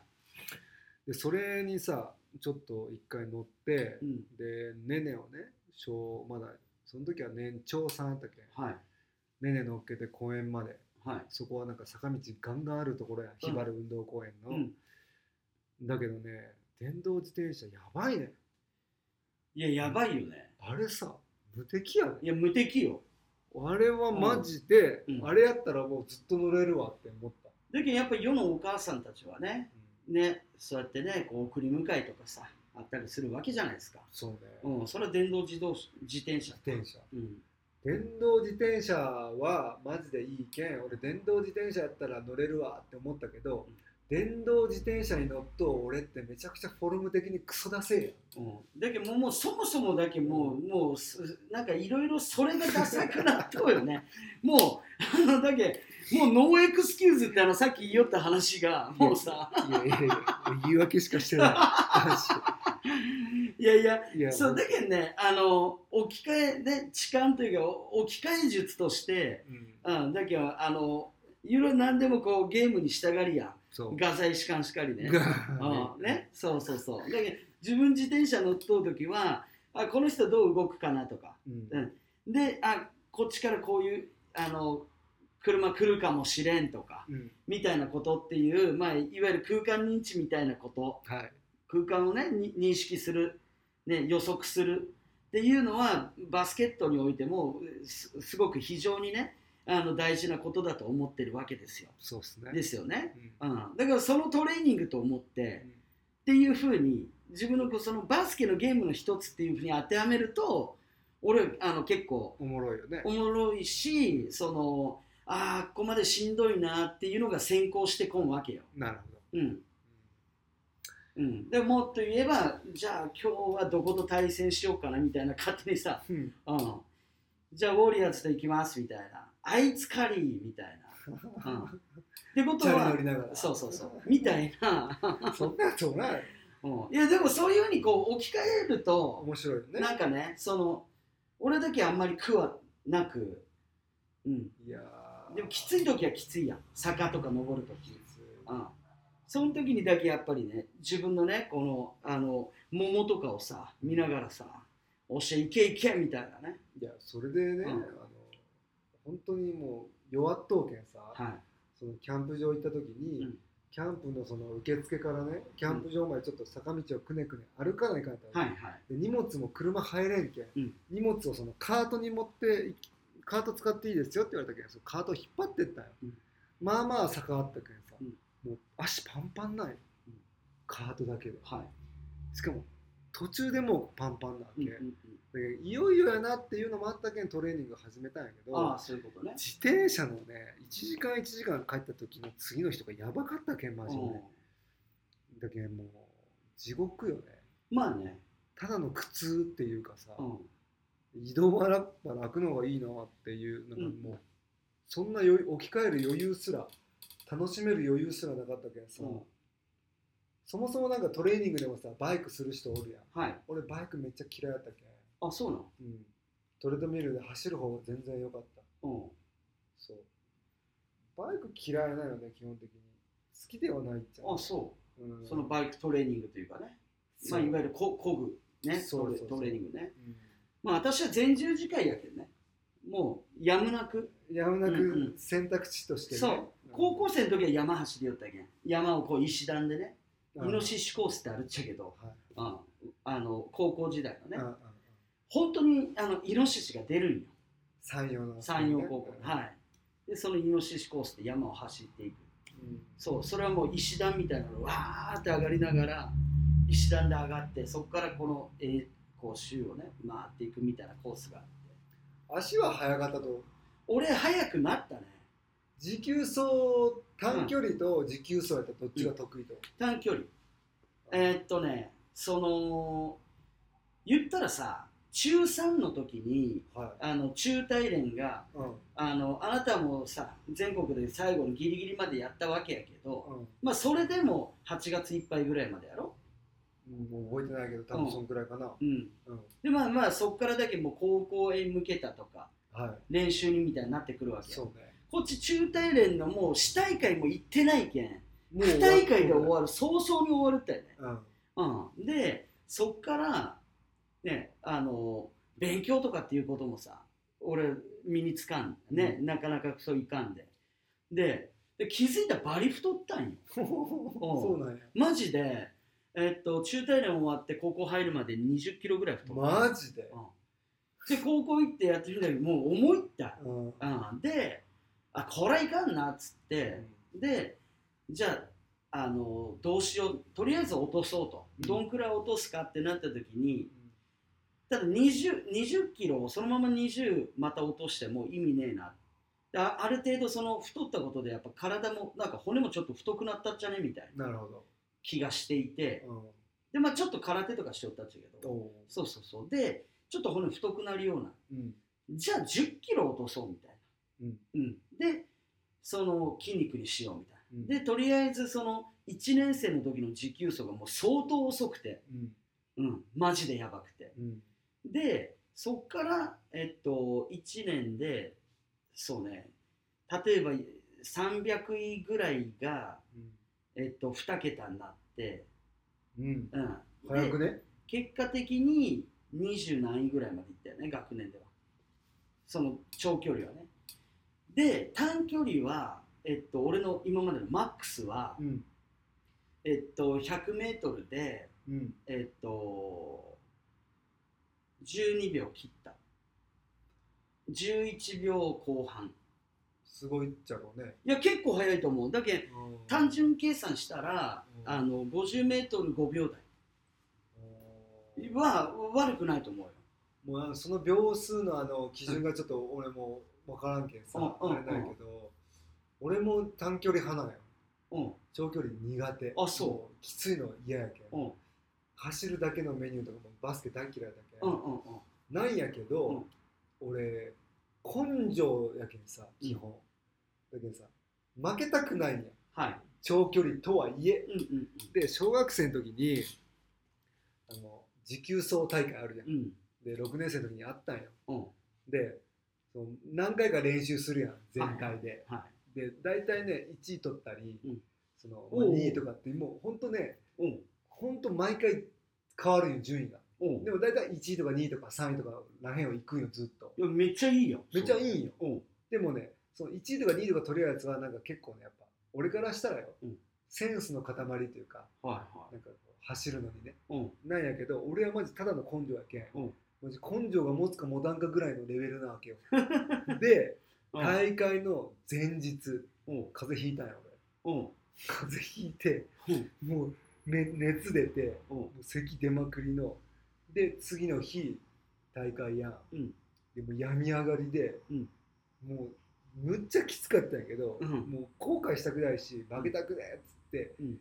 でそれにさちょっと一回乗ってい、うん、でネネをね小まだその時は年長さんやったっけはいネネ乗っけて公園まではいそこはなんか坂道ガンガンあるところやうんひばる運動公園の、うんだけどね電動自転車やばいねいややばいよねあれさ無敵やねいや無敵よあれはマジで、うんうんあれやったらもうずっと乗れるわって思った、だけどやっぱり世のお母さんたちはねねそうやってねこう送り迎えとかさあったりするわけじゃないですかそうね、うんそれは電動自動車自転車自転車うん電動自転車はマジでいいけん俺電動自転車やったら乗れるわって思ったけうど、ん電動自転車に乗っと俺ってめちゃくちゃフォルム的にクソだせえやんうん、だけどもうもうそもそもだけどもうもうすなんかいろいろそれがダサくなっとうよね もうあ のだけどもうノーエクスキューズってあのさっき言いよった話がもうさいやいやいや言い訳しかしてないいやいやい やそうだけどねあの置き換えね痴漢というかお置き換え術として、うんうん、だけどあのいろいろ何でもこうゲームにしたがりやそ んう画材士官しかりねがうんね、そうそうそうだけど自分自転車乗っとう時はあこの人どう動くかなとかうんであこっちからこういうあの車来るかもしれんとかうんみたいなことっていう、まあ、いわゆる空間認知みたいなことはい空間をねに認識する、ね、予測するっていうのはバスケットにおいてもすすごく非常にねあの大事なことだと思ってるわけですよ。そうですね。ですよね。うんうん、だからそのトレーニングと思ってうんっていうふうに自分のこうそのバスケのゲームの一つっていうふうに当てはめると俺あの結構おもろいよね。おもろいしそのああここまでしんどいなっていうのが先行してこんわけよ。なるほど。うんうん、でもっと言えばじゃあ今日はどこと対戦しようかなみたいな勝手にさうんうん、じゃあウォリアーズと行きますみたいなあいつカリーみたいな、うん、ってことチャリは乗りながら。そうそうそうみたいな、そんなことない。うん、いやでもそういうふうにこう置き換えると面白いよね。なんかねその俺だけあんまり苦はなく、うん、いやーでもきつい時はきついやん坂とか登るき時、ついうん、その時にだけやっぱりね自分のねこのあの桃とかをさ見ながらさ「おっしゃいけいけ」みたいなね、いやそれでね、うんあの本当にもう弱っとうけんさ、はい、そのキャンプ場行った時うに、んキャンプのその受付からねキャンプ場までちょっと坂道をくねくね歩かないかんやったはわいはいけで荷物も車入れんけん、うん荷物をそのカートに持っていきカート使っていいですよって言われたけんそのカート引っ張ってったよ、うんまあまあ坂あったけんさ、うんもう足パンパンない、うんカートだけではいしかも途中でもうパンパンなわけ、うんうんだけどいよいよやなっていうのもあったけんトレーニング始めたんやけうん、あどあそういうことね。自転車のね1時間1時間帰った時の次の日とかやばかったけんマジで、だけんもう地獄よねうんまあね、ただの苦痛っていうかさ、うん、移動はやっぱ楽の方がいいなっていうなんかもう、そんな余裕置き換える余裕すら楽しめる余裕すらなかったけんさ、うんそもそもなんかトレーニングでもさバイクする人おるやんはい。俺バイクめっちゃ嫌いだったけん、あ、そうなの。うん、トレードミルで走る方が全然良かったうん、そう。バイク嫌いなよね、基本的に。好きではないじゃん。あ、そう、うん、そのバイクトレーニングというかね。まあ、いわゆるここぐねそうトレそうそうトレーニングね。うんまあ、私は全十字会やけどね。もうやむなく、やむなうんうく選択肢としてね。そう高校生の時は山走りよったけん。山をこう石段でね、イうんノシシコースってあるっちゃけど、はいうん、あの高校時代のねうんう、んうん本当にあのイノシシが出るんよ。山陽の。山陽高校、うんはいでそのイノシシコースで山を走っていくうんそうそれはもう石段みたいなのがわーって上がりながら石段で上がってそこからこの、えーこう周をね回っていくみたいなコースがあって足は速かったと。俺速くなったね持久走、短距離と持久走やったらどっちが得意と。短距離えーっとねその言ったらさ中3の時にはい。あの中大連がうんうんあのあなたもさ全国で最後のギリギリまでやったわけやけど、まあそれでも8月いっぱいぐらいまでやろ、うんもう覚えてないけど、多分そんくらいかな。うん、うん。でまあまあそこからだけもう高校へ向けたとかはい。練習にみたいになってくるわけよそうね。こっち中大連のもう市大会も行ってないけんも区大会で終る。わる早々に終わるったよね、うん。うん、でそっからねあの勉強とかっていうこともさ俺身につかんね、うなかなかそういかんででで気づいたらバリ太ったんよそうなんや。マジで、えっと、中大連終わって高校入るまで20キロぐらい太った。マジで。うんで、高校行ってやってみたけど、もう重いった。うん。うん、で、あ、これいかんなっつって、で、じゃあ、あの、どうしよう、とりあえず落とそうと。うんどんくらい落とすかってなった時に、ただ 20, 20キロをそのまま20また落としても意味ねえな。であある程度その太ったことでやっぱ体もなんか骨もちょっと太くなったっちゃねみたいななるほど。気がしていて、うんでまあちょっと空手とかしよったっちゃけどおそうそうそうでちょっと骨太くなるようなうん。じゃあ1 0キロ落とそうみたいな、うんでその筋肉にしようみたいうんなでとりあえずその1年生の時の持久走がもう相当遅くて、うん。うん、マジでやばくてうん。でそっからえっと1年でそうね例えば300位ぐらいが、えっと、2桁になって、うん。うん、で早くね。結果的に20何位ぐらいまでいったよね学年ではその長距離はねで短距離は、えっと、俺の今までのマックスは、うん。えっと、100m で、うん。えっと、 12秒切った11秒後半すごいっちゃろうね。いや結構早いと思うだけどうん単純計算したら、うんあの 50m5 秒うん台は悪くないと思うよもうあのその秒数のあの基準がちょっと俺も分からんけんさ、うんうんあれだけど、俺も短距離派なんようん長距離苦手あそうもきついの嫌やけん、うん走るだけのメニューとかもバスケ大嫌いだけうんん、うんうんなんやけど、うん俺根性やけんさ基本、だけどさ負けたくないんやはい長距離とはいえうんうんで小学生の時にあの持久走大会あるやんうんうんで6年生の時にあったんようんでその何回か練習するやん全体で、はで大体ね1位取ったり、うんそのおう2位とかってもうほんとねいうんほんと毎回変わるんよ順位がうんでも大体1位とか2位とか3位とからへんを行くんよずっといやめっちゃいいよめっちゃいいいんようんでもねその1位とか2位とか取れるやつはなんか結構ねやっぱ俺からしたらよ、うんセンスの塊というかはいはなんかこう走るのにねいうんなんやけど俺はマジただの根性やけん、うんマジ根性が持つか持たんかぐらいのレベルな わけよでい大会の前日うん風邪ひいたんや俺うん風邪ひいてうんもう、ね、熱出てうんもう咳出まくりので次の日大会やん、うんでも病み上がりで、うんもうむっちゃきつかったんやけど、うんもう後悔したくないし負けたくねえっつって、うん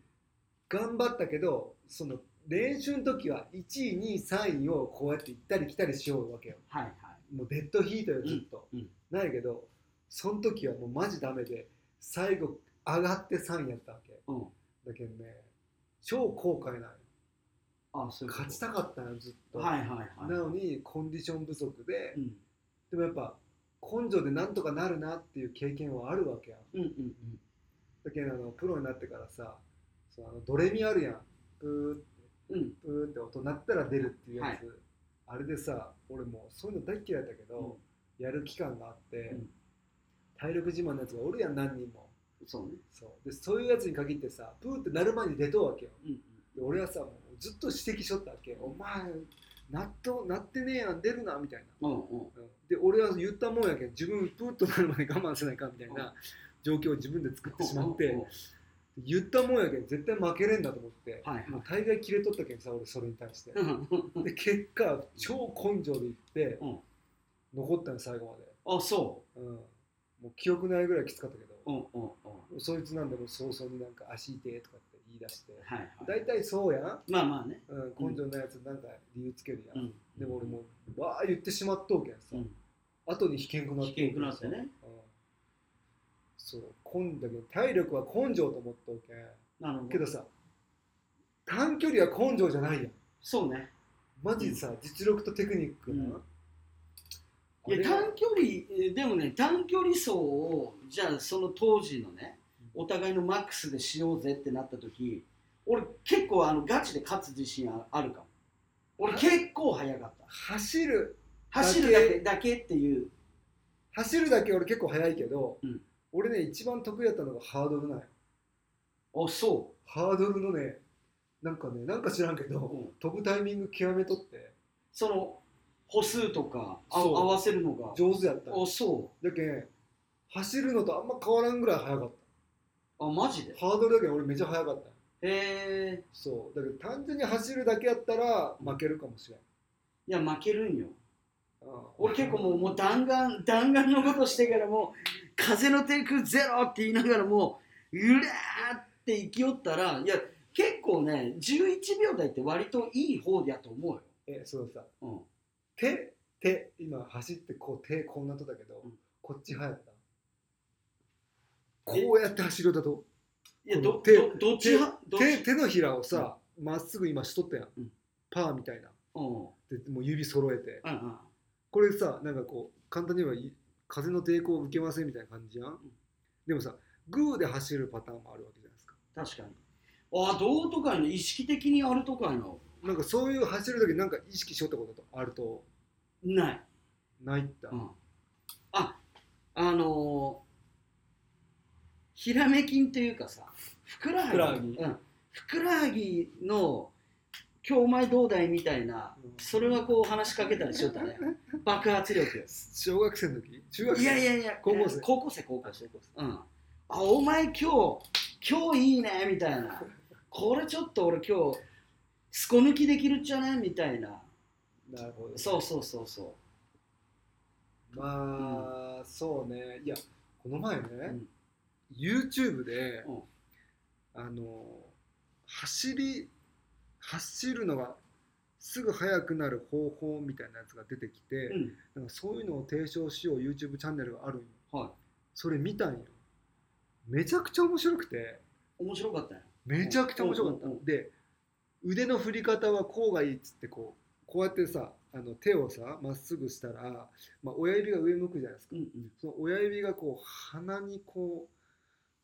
頑張ったけどその練習の時は1位2位3位をこうやって行ったり来たりしようわけよはいはいもうデッドヒートよずっと、うんうんなんやけどその時はもうマジダメで最後上がって3位やったわけうんだけどね超後悔なんよあそういうこと勝ちたかったのよずっと、はいはいはいなのにコンディション不足で、うんでもやっぱ根性でなんとかなるなっていう経験はあるわけやんうんうんだけどあのプロになってからさそのあのドレミあるやんプうんうんープーって音鳴ったら出るっていうやつ、はいあれでさ俺もうそういうの大嫌いだけど、やる期間があって、うん体力自慢のやつがおるやん何人もそうねそうでそういうやつに限ってさプーって鳴る前に出とうわけようんで俺はさもうずっと指摘しとったわけ、お前納豆なってねえやん出るなみたいなうんうんうんで俺は言ったもんやけん自分プーッとなるまで我慢せないかんみたいな状況を自分で作ってしまっうんうてん言ったもんやけん絶対負けれんだと思ってはいはいもう大概切れとったけんさ俺それに対してうんうんで結果超根性でいってうん残ったの最後あそまで、うん、もう記憶ないぐらいきつかったけどううんうんうんそいつなんでもう早々になんか足痛えとかって言い出してはいはい大体そうやん、まあまあねうん、根性ないやつなんか理由つけるやん、うんでも俺もうわあ言ってしまっとうけんさ、うん後に危険くなって危険くなってねうんそう今だけど体力は根性と思っとうけんなるほけどどさ短距離は根性じゃないやんそうねマジでさ、実力とテクニックな、うんあいやれは短距離えでもね短距離走をじゃあその当時のねお互いのマックスでしようぜってなった時俺結構あのガチで勝つ自信ああるかも俺結構速かった走る走るだけだけっていう走るだけ俺結構速いけど、うん俺ね一番得意だったのがハードルなんやあそハードルのねなんかねなんか知らんけど、う、うん、飛ぶタイミング極めとってその歩数とかあそう合わせるのが上手やったんよあそだけん走るのとあんま変わらんぐらい速かっうあマジでたハードルだけん俺めちゃ速かったんよへえそうだけど単純に走るだけやったら負けるかもしれん、いや負けるんようん俺結構もうもう弾丸 弾丸のことしてからもう風の抵抗ゼロって言いながらもうゆらーって生きよったらいや結構ね11秒台って割といい方やと思うよ、えそうさうん、手手今走ってこう手こうなっとったけど、うんこっち速かったえこうやって走るだといやこどの手どどっち派どっ手ち、手のひらをさま、っすぐ今しとったやん、うんパーみたいなうんうんでもう指揃えてうん、これさなんかこう簡単に言えばい風の抵抗を受けませんみたいな感じやん、でもさグーで走るパターンもあるわけじゃないですか確かにあどうとかいの意識的にあるとかいのなんかそういう走る時なんか意識しようってことあるとない、ないった、うん、ああのーひらめきんというかさふくらはぎふくらはぎうん、ふくらはぎの京前道大みたいなうんそれはこう話しかけたりしよった ね爆発力小学生の時中学生いやいやいや高校生高校生高校生うんあお前今日今日いいねみたいなこれちょっと俺今日すこ抜きできるんじゃねみたいななるほどそうそうそうそうまあ、そうねいやこの前ね、ん YouTube で、うんあの走り走るのがすぐ速くなる方法みたいなやつが出てきて、うんなんかそういうのを提唱しよう YouTube チャンネルがあるんよはそれ見たんよめちゃくちゃ面白くてい面白かったよめちゃくちゃ面白かった、うんうんうんで腕の振り方はこうがいいっつってこうこうやってさあの手をさまっすぐしたら、まあ、親指が上向くじゃないですかうんうんその親指がこう鼻にこ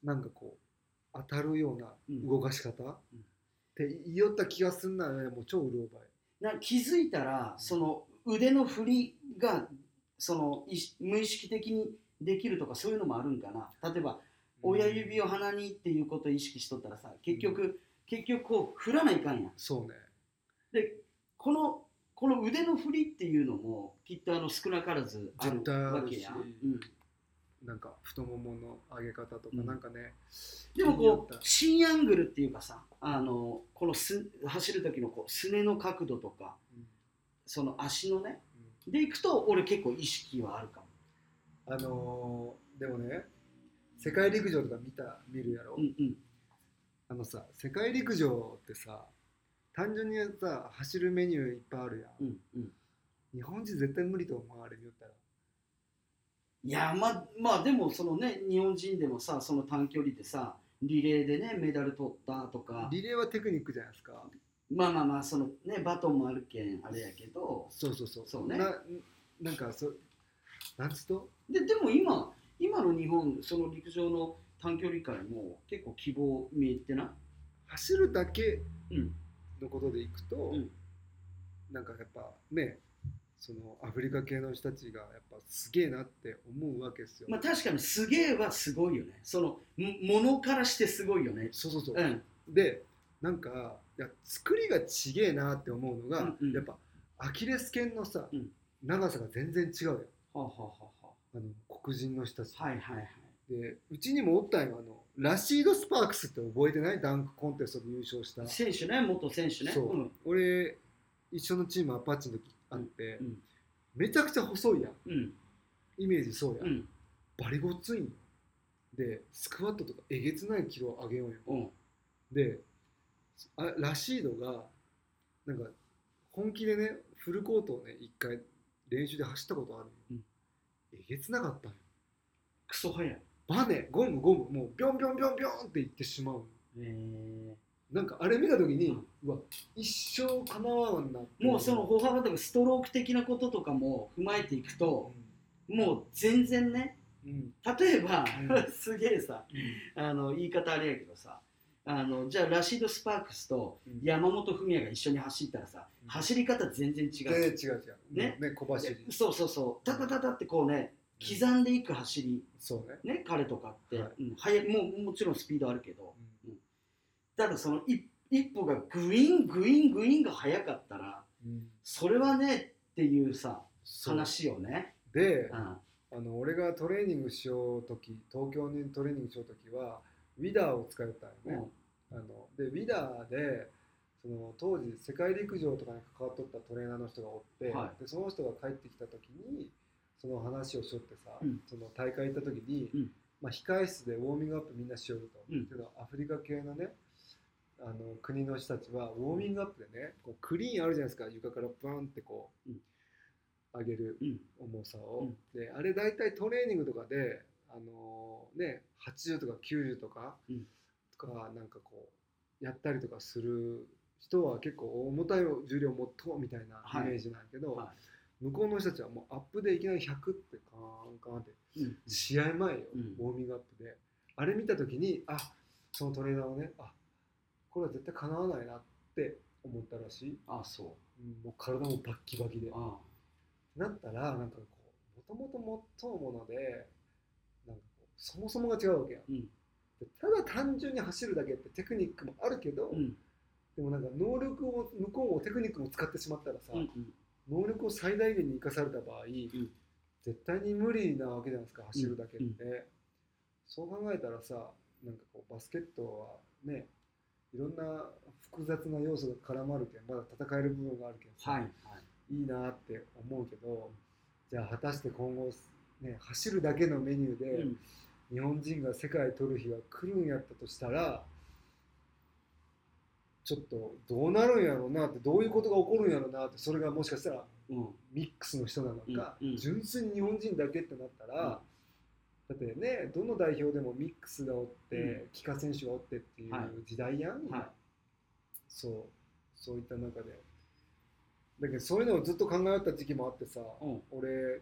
うなんかこう当たるような動かし方、んって言いよった気がすんならねもう超うろ覚な気づいたらその腕の振りがその意識無意識的にできるとかそういうのもあるんかな例えばえ親指をを鼻にっていうことを意識しとったらさ結局、結局こう振らないかんやんそうねでこのこの腕の振りっていうのもきっとあの少なからずある絶対あるわけやん、しうん、なんか太ももの上げ方とかうんなんかね、でも気になっこうた新アングルっていうかさあのこのす走る時のこうすねの角度とかうんその足のねうんでいくと俺結構意識はあるかも、あのーでもね世界陸上とか見た見るやろ、うんうん、あのさ世界陸上ってさ単純にさ走るメニューいっぱいあるやうん、んうん日本人絶対無理と思われるよったらいやまあまあでもそのね日本人でもさその短距離でさリレーでねメダル取ったとかリレーはテクニックじゃないですかまあまあまあそのねバトンもあるけんあれやけどそうそうそうそうねななんかそなんつうとででも今今の日本その陸上の短距離界も結構希望見えてな走るだけいうんのことでいくと、うんなんかやっぱねそのアフリカ系の人たちがやっぱすげえなって思うわけですよ、まあ確かにすげえはすごいよねそのもものからしてすごいよねそうそうそう、うんでなんかいや作りがちげえなって思うのが、うんうんやっぱアキレス腱のさ、うん長さが全然違うよはあ、はあはあはあの黒人の人たち、あ、はいはいはいでうちにもおったんよあのラシード・スパークスって覚えてないダンクコンテストで優勝した、選手ね元選手ねそう、うん俺一緒のチームアパッチの時あって、うんめちゃくちゃ細いやんうんイメージそうやん、うんバリごっついんよでスクワットとかえげつないキロ上げようようんであラシードがなんか本気でねフルコートをね一回練習で走ったことあるよ、うんえげつなかったよクソ早いバネゴムゴムもうビョンビョンビョンビョンっていってしまうえーなんかあれ見た時に、ううんわ一生かなわんなってもうその歩幅とかストローク的なこととかも踏まえていくともう全然ねうん、うん例えば、う すげえさあの言い方あれやけどさあのじゃあラシード・スパークスとうん山本文也が一緒に走ったらさうん走り方全然違全然う、違う違うねね小走りでそうそうそうタタタタってこうね刻んでいく走りそうね、ね彼とかって、はいうん速いもうもちろんスピードあるけどただその一一歩がグイングイングインが速かったらうんそれはねっていうさそう話よね、で、うん、あの俺がトレーニングしようとき東京にトレーニングしようときはウィダーを使ったんよね、あのでウィダーでその当時世界陸上とかに関わっとったトレーナーの人がおって、はでその人が帰ってきたときにその話をしよってさ、うんその大会行ったときに、うんまあ、控室でウォーミングアップみんなしようと、うんけどアフリカ系のねあの国の人たちはウォーミングアップでねこうクリーンあるじゃないですか床からバーンってこう、うん上げるうん重さを、であれ大体トレーニングとかで、あのーね、80とか90とか、うんとかなんかこうやったりとかする人は結構重たい重量持っとうみたいなイメージなんやけど、はいは向こうの人たちはもうアップでいきなり100ってカーンカーンってうん試合前よ、うんウォーミングアップであれ見た時にあそのトレーナーをねあこれは絶対かなわないなって思ったらしい、あそうんもう体もバッキバキでう。あなったらなんかこうもともと持っとうものでなんかこうそもそもが違うわけやん、うんでただ単純に走るだけってテクニックもあるけど、うんでもなんか能力を向こうもテクニックも使ってしまったらさ、うんうん能力を最大限に生かされた場合、絶対に無理なわけじゃないですか走るだけで、そう考えたらさなんかこうバスケットはねいろんな複雑な要素が絡まるけんまだ戦える部分があるけんさ、はいはいいいなって思うけどじゃあ果たして今後、ね、走るだけのメニューでうん日本人が世界取る日が来るんやったとしたらちょっとどうなるんやろうなってどういうことが起こるんやろうなってそれがもしかしたらうんミックスの人なのか、うんうん純粋に日本人だけってなったら、だってねどの代表でもミックスがおって、う帰化選手がおってっていうはい時代やん、今はいそうそういった中でだけどそういうのをずっと考えよった時期もあってさ、うん俺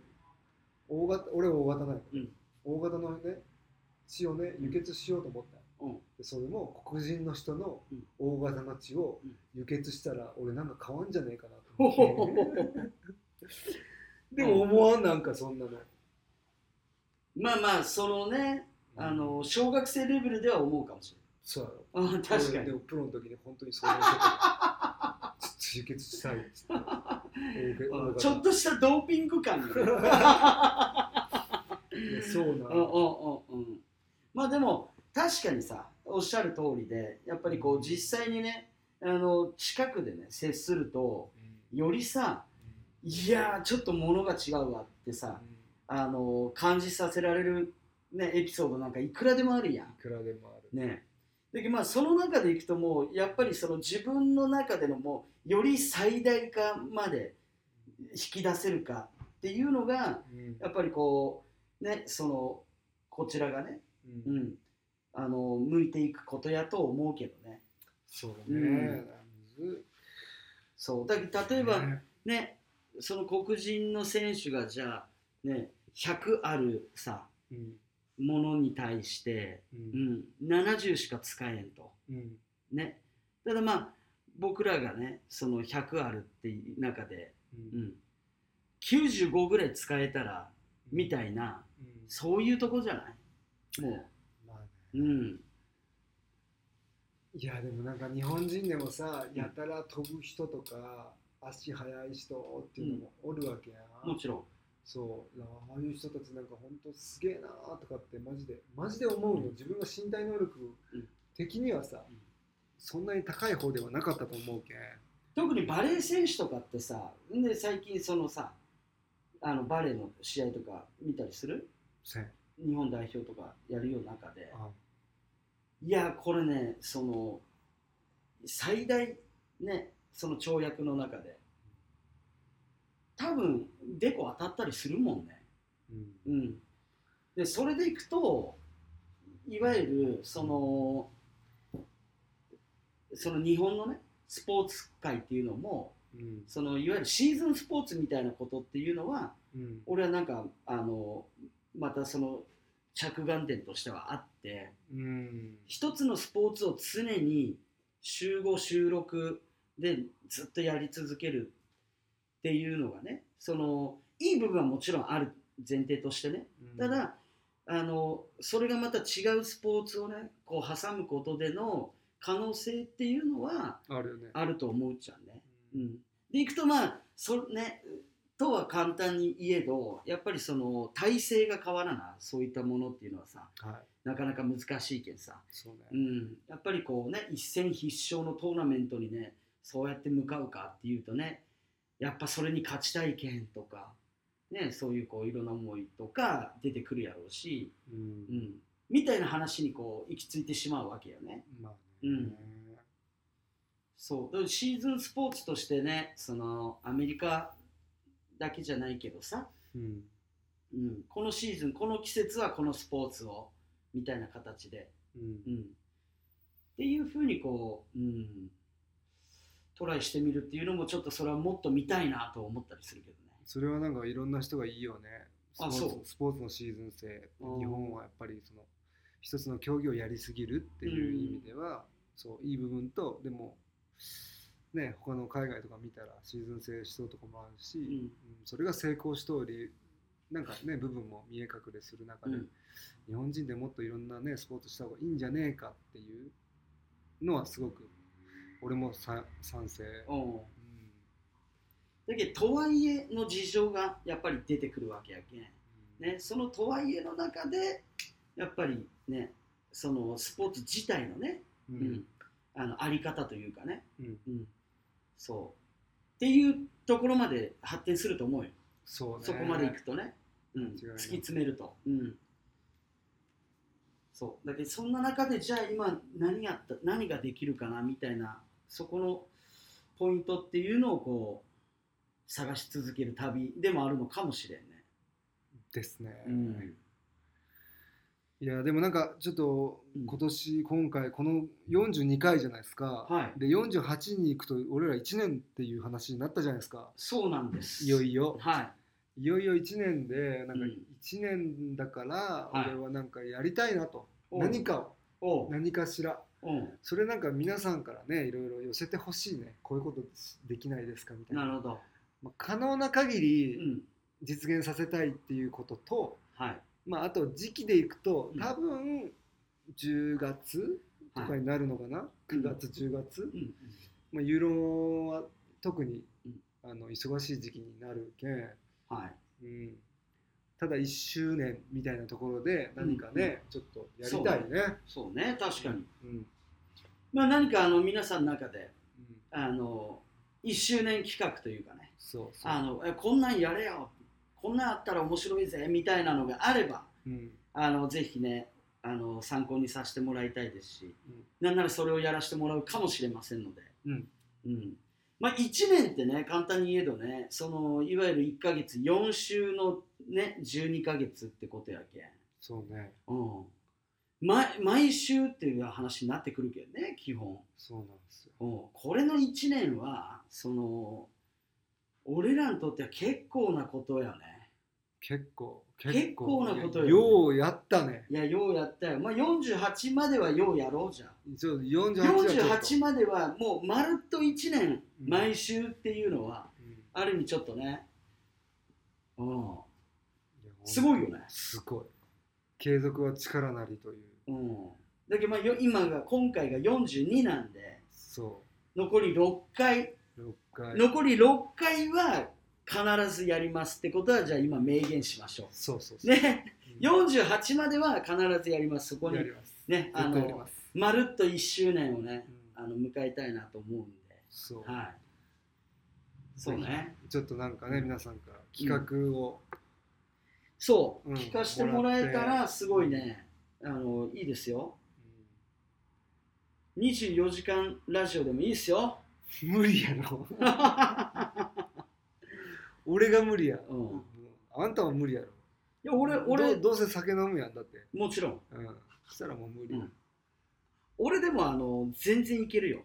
大型俺は大型なんやけど、うん大型のね血をね輸血しようと思った、うんでそれも黒人の人のうん大型の血をうん輸血したら俺なんか変わんじゃねえかなほとほ思ほって、ほでも思わんなんかそんなの、まあまあそのねあの小学生レベルでは思うかもしそうやろれないあ確か俺でにもプロの時に本当に相談してたちょっと輸血したいっ つってうんちょっとしたドーピング感がねいやそうなうんうんうんうんまあでも確かにさおっしゃる通りでやっぱりこう実際にねあの近くでね接するとよりさいやーちょっと物が違うわってさあの感じさせられる、ね、エピソードなんかいくらでもあるやんい。くらでもある、ねでまあ、その中でいくともうやっぱりその自分の中でのもうより最大化まで引き出せるかっていうのがうんやっぱりこうねそのこちらがね、うんうん、あの向いていくことやと思うけどねそうだうねん、むそうだず例えばねねその黒人の選手がじゃあね100あるさうんものに対して、ううんん、70しか使えんと。うんね、ただまあ僕らがねその100あるっていう中で、うんうん、95ぐらい使えたらみたいなうんそういうとこじゃないもまあねう、うん、いやでもなんか日本人でもさやたら飛ぶ人とか足速い人っていうのもおるわけや、もちろんそういやああいう人たちなんか本当すげえなーとかってマジでマジで思うよ、うん自分の身体能力うん的にはさ、うんそんなに高い方ではなかったと思うけん特にバレー選手とかってさんで最近そのさあのバレーの試合とか見たりするせん日本代表とかやるような中であいやこれねその最大ねその跳躍の中で多分デコ当たったりするもんね。うんうん、でそれでいくといわゆるそのその日本のねスポーツ界っていうのもうんそのいわゆるシーズンスポーツみたいなことっていうのはうん俺はなんかあのまたその着眼点としてはあってうん一つのスポーツを常に週5週6でずっとやり続けるっていうのがねそのいい部分はもちろんある前提としてねただあのそれがまた違うスポーツをねこう挟むことでの可能性っていうのはあるよねあると思うじゃんね。うん、でいくとまあそねとは簡単に言えどやっぱりその体制が変わらないそういったものっていうのはさはいなかなか難しいけんさ、そうね、うん、やっぱりこうね一戦必勝のトーナメントにねそうやって向かうかっていうとねやっぱそれに勝ちたいけんとか、ね、そういうこういろんな思いとか出てくるやろうし、うんうん、みたいな話にこう行き着いてしまうわけよね。まあね、うんそうだからシーズンスポーツとしてねそのアメリカだけじゃないけどさ、うんうん、このシーズンこの季節はこのスポーツをみたいな形で、うんうん、っていうふうにこう、うん、トライしてみるっていうのもちょっとそれはもっと見たいなと思ったりするけどね。それはなんかいろんな人がいいよねスポーツあそうスポーツのシーズン制うん日本はやっぱりその一つの競技をやりすぎるっていう意味では、そういい部分とでもね他の海外とか見たらシーズン制しとうとこもあるし、ううんんそれが成功しとりなんかね部分も見え隠れするう中で、ん日本人でもっといろんなねスポーツした方がいいんじゃねえかっていうのはすごく俺もさ賛成、うんうんだけどとはいえの事情がやっぱり出てくるわけやけんうんね、そのとはいえの中でやっぱりねそのスポーツ自体のね、ううんんあのあり方というかね、うんうんそうっていうところまで発展すると思うよ、そうねそこまでいくとね、うん、間違いな突いき詰めると、うん、そうだけどそんな中でじゃあ今何やった何ができるかなみたいなそこのポイントっていうのをこう探し続ける旅でもあるのかもしれんね。ですね、うんいやでもなんかちょっとうん今年、今回この42回じゃないですか、はいで48に行くと俺ら1年っていう話になったじゃないですかそうなんです。いよいよはいよいよ1年でなんかうん1年だからはい俺はなんかやりたいなと、お何かをい。おう。何かしらおうそれなんか皆さんからねいろいろ寄せてほしいねこういうことできないですかみたいななるほど。まあ、可能な限うりん。実現させたいっていうことと、はい。まあ、あと時期でいくとうん多分10月とかはい。になるのかな、うん9月10月、うんうん。まあ、ユーロは特に、うんあの忙しい時期になるけん、はい。うん、ただ1周年みたいなところで何かね、ちょっとやりたいね。そうね、確かに。うんうんまあ何かあの皆さんの中で、あの、1周年企画というかね、そうそうあの、えこんなんやれよ、こんなんあったら面白いぜ、みたいなのがあれば、うんあの、ぜひね、あの、参考にさせてもらいたいですし、うんなんならそれをやらせてもらうかもしれませんので、うんうん。まあ1年ってね、簡単に言えどね、その、いわゆる1ヶ月、4週のね、12ヶ月ってことやけん。そうねうん、毎毎週っていう話になってくるけどね基本、そうなんですよ。うん、これの1年はその俺らにとっては結構なことやね結構結構なことよようやったね。いやようやったよ、まあ、48まではようやろうじゃんちょっと48はちょっと48まではもうまるっと1年うん毎週っていうのはうんいある意味ちょっとね、うん、やほんとすごいよね、すごい。継続は力なりというう。ん、だけどまあよ今が今回が42なんでそ残り6回う。6回。残り6回は必ずやりますってことはじゃあ今明言しましょ。そうそうそうう。ね、うん、 48までは必ずやります。そこにやります。ね、あ絶対やりのます。まるっと1周年をねう、んあの迎えたいなと思うんで、そう。はい。そうね。ちょっとなんかね、皆さんから企画を、そう、うん聞かせてもらえたらすごいね、あのいいですよ。24時間ラジオでもいいですよ。うん無理や ろ。俺が無理や。うんもあんたは無理やろ。いや俺俺どうどうせ酒飲むやんだって。もちろん、うん。そしたらもう無理。うん俺でもあの全然いけるよ。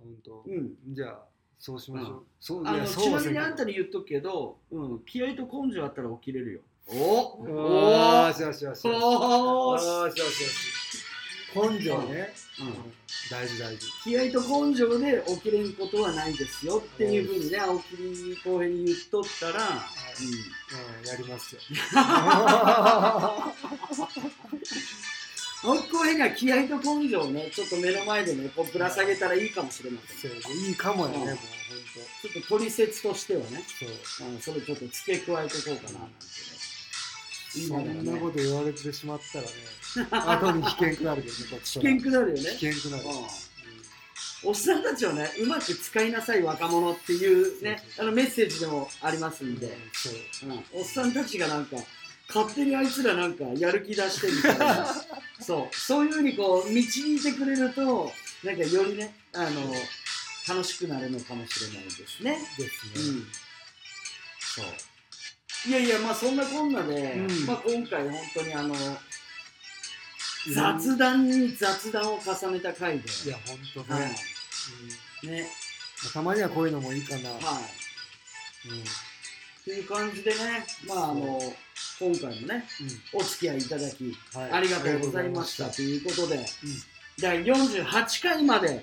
本当う。ん。じゃあそうしましょう。うそういあやのそちうはなせみにんけどあんたに言っとくけど、うん、気合と根性あったら起きれるよ。おおおーしよしよしよし。およーししよしよし。根性ね。うん大事大事。気合と根性で起きれんことはないですよっていうふうにね、青木浩平に言っとったら、いうん、や りますよ。うん、青木浩平には気合と根性をね、ちょっと目の前でね、こうぶら下げたらいいかもしれませそん。ういいかもやね、うんもう本ちょっと取説としてはね、当。そう。うん、それちょっと付け加えてこうかななんてね。言いそながらんなこね、と言われてしまったらね、後に危険くなるけどね、こっ危ちから険くなるよね。危険くなる。うんおっさんたちをねうまく使いなさい若者っていうねそうそうあそうのメッセージでもありますうんんで、そう。うんおっさんたちがなんか勝手にあいつらなんかやる気出してみたい なそうそういうふうにこう導いてくれるとなんかよりねあの楽しくなるのかもしれないですね。ですうね。ん、そういやいやまあそんなこんなで、うんまあ、今回本当にあの雑談に雑談を重ねた回で。いや、本当ね。はうんい、ねまあたまにはこういうのもいいかな。はい、うんうんっていう感じでね、まあ、あの今回もねお付き合いいただきはいありがとうございましたありがとということで、うん第48回まで、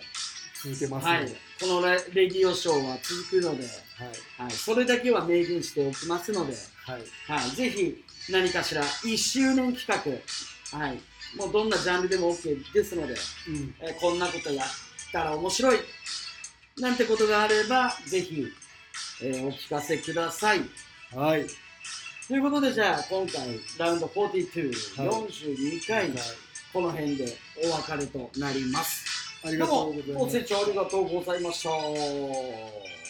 うございました続けますはねい、このレレディオショーは続くので、はい、それだけは明言しておきますので、はい。はい。はい、ぜひ何かしら1周年企画、はい、もうどんなジャンルでも OK ですので、うん。えーこんなことやったら面白いなんてことがあれば、ぜひ、えーお聞かせください。はい。ということで、じゃあ、今回、ラウンド42、はい42回、この辺でお別れとなります。ありどがうとうもごござい、ます清。聴ありがとうございました。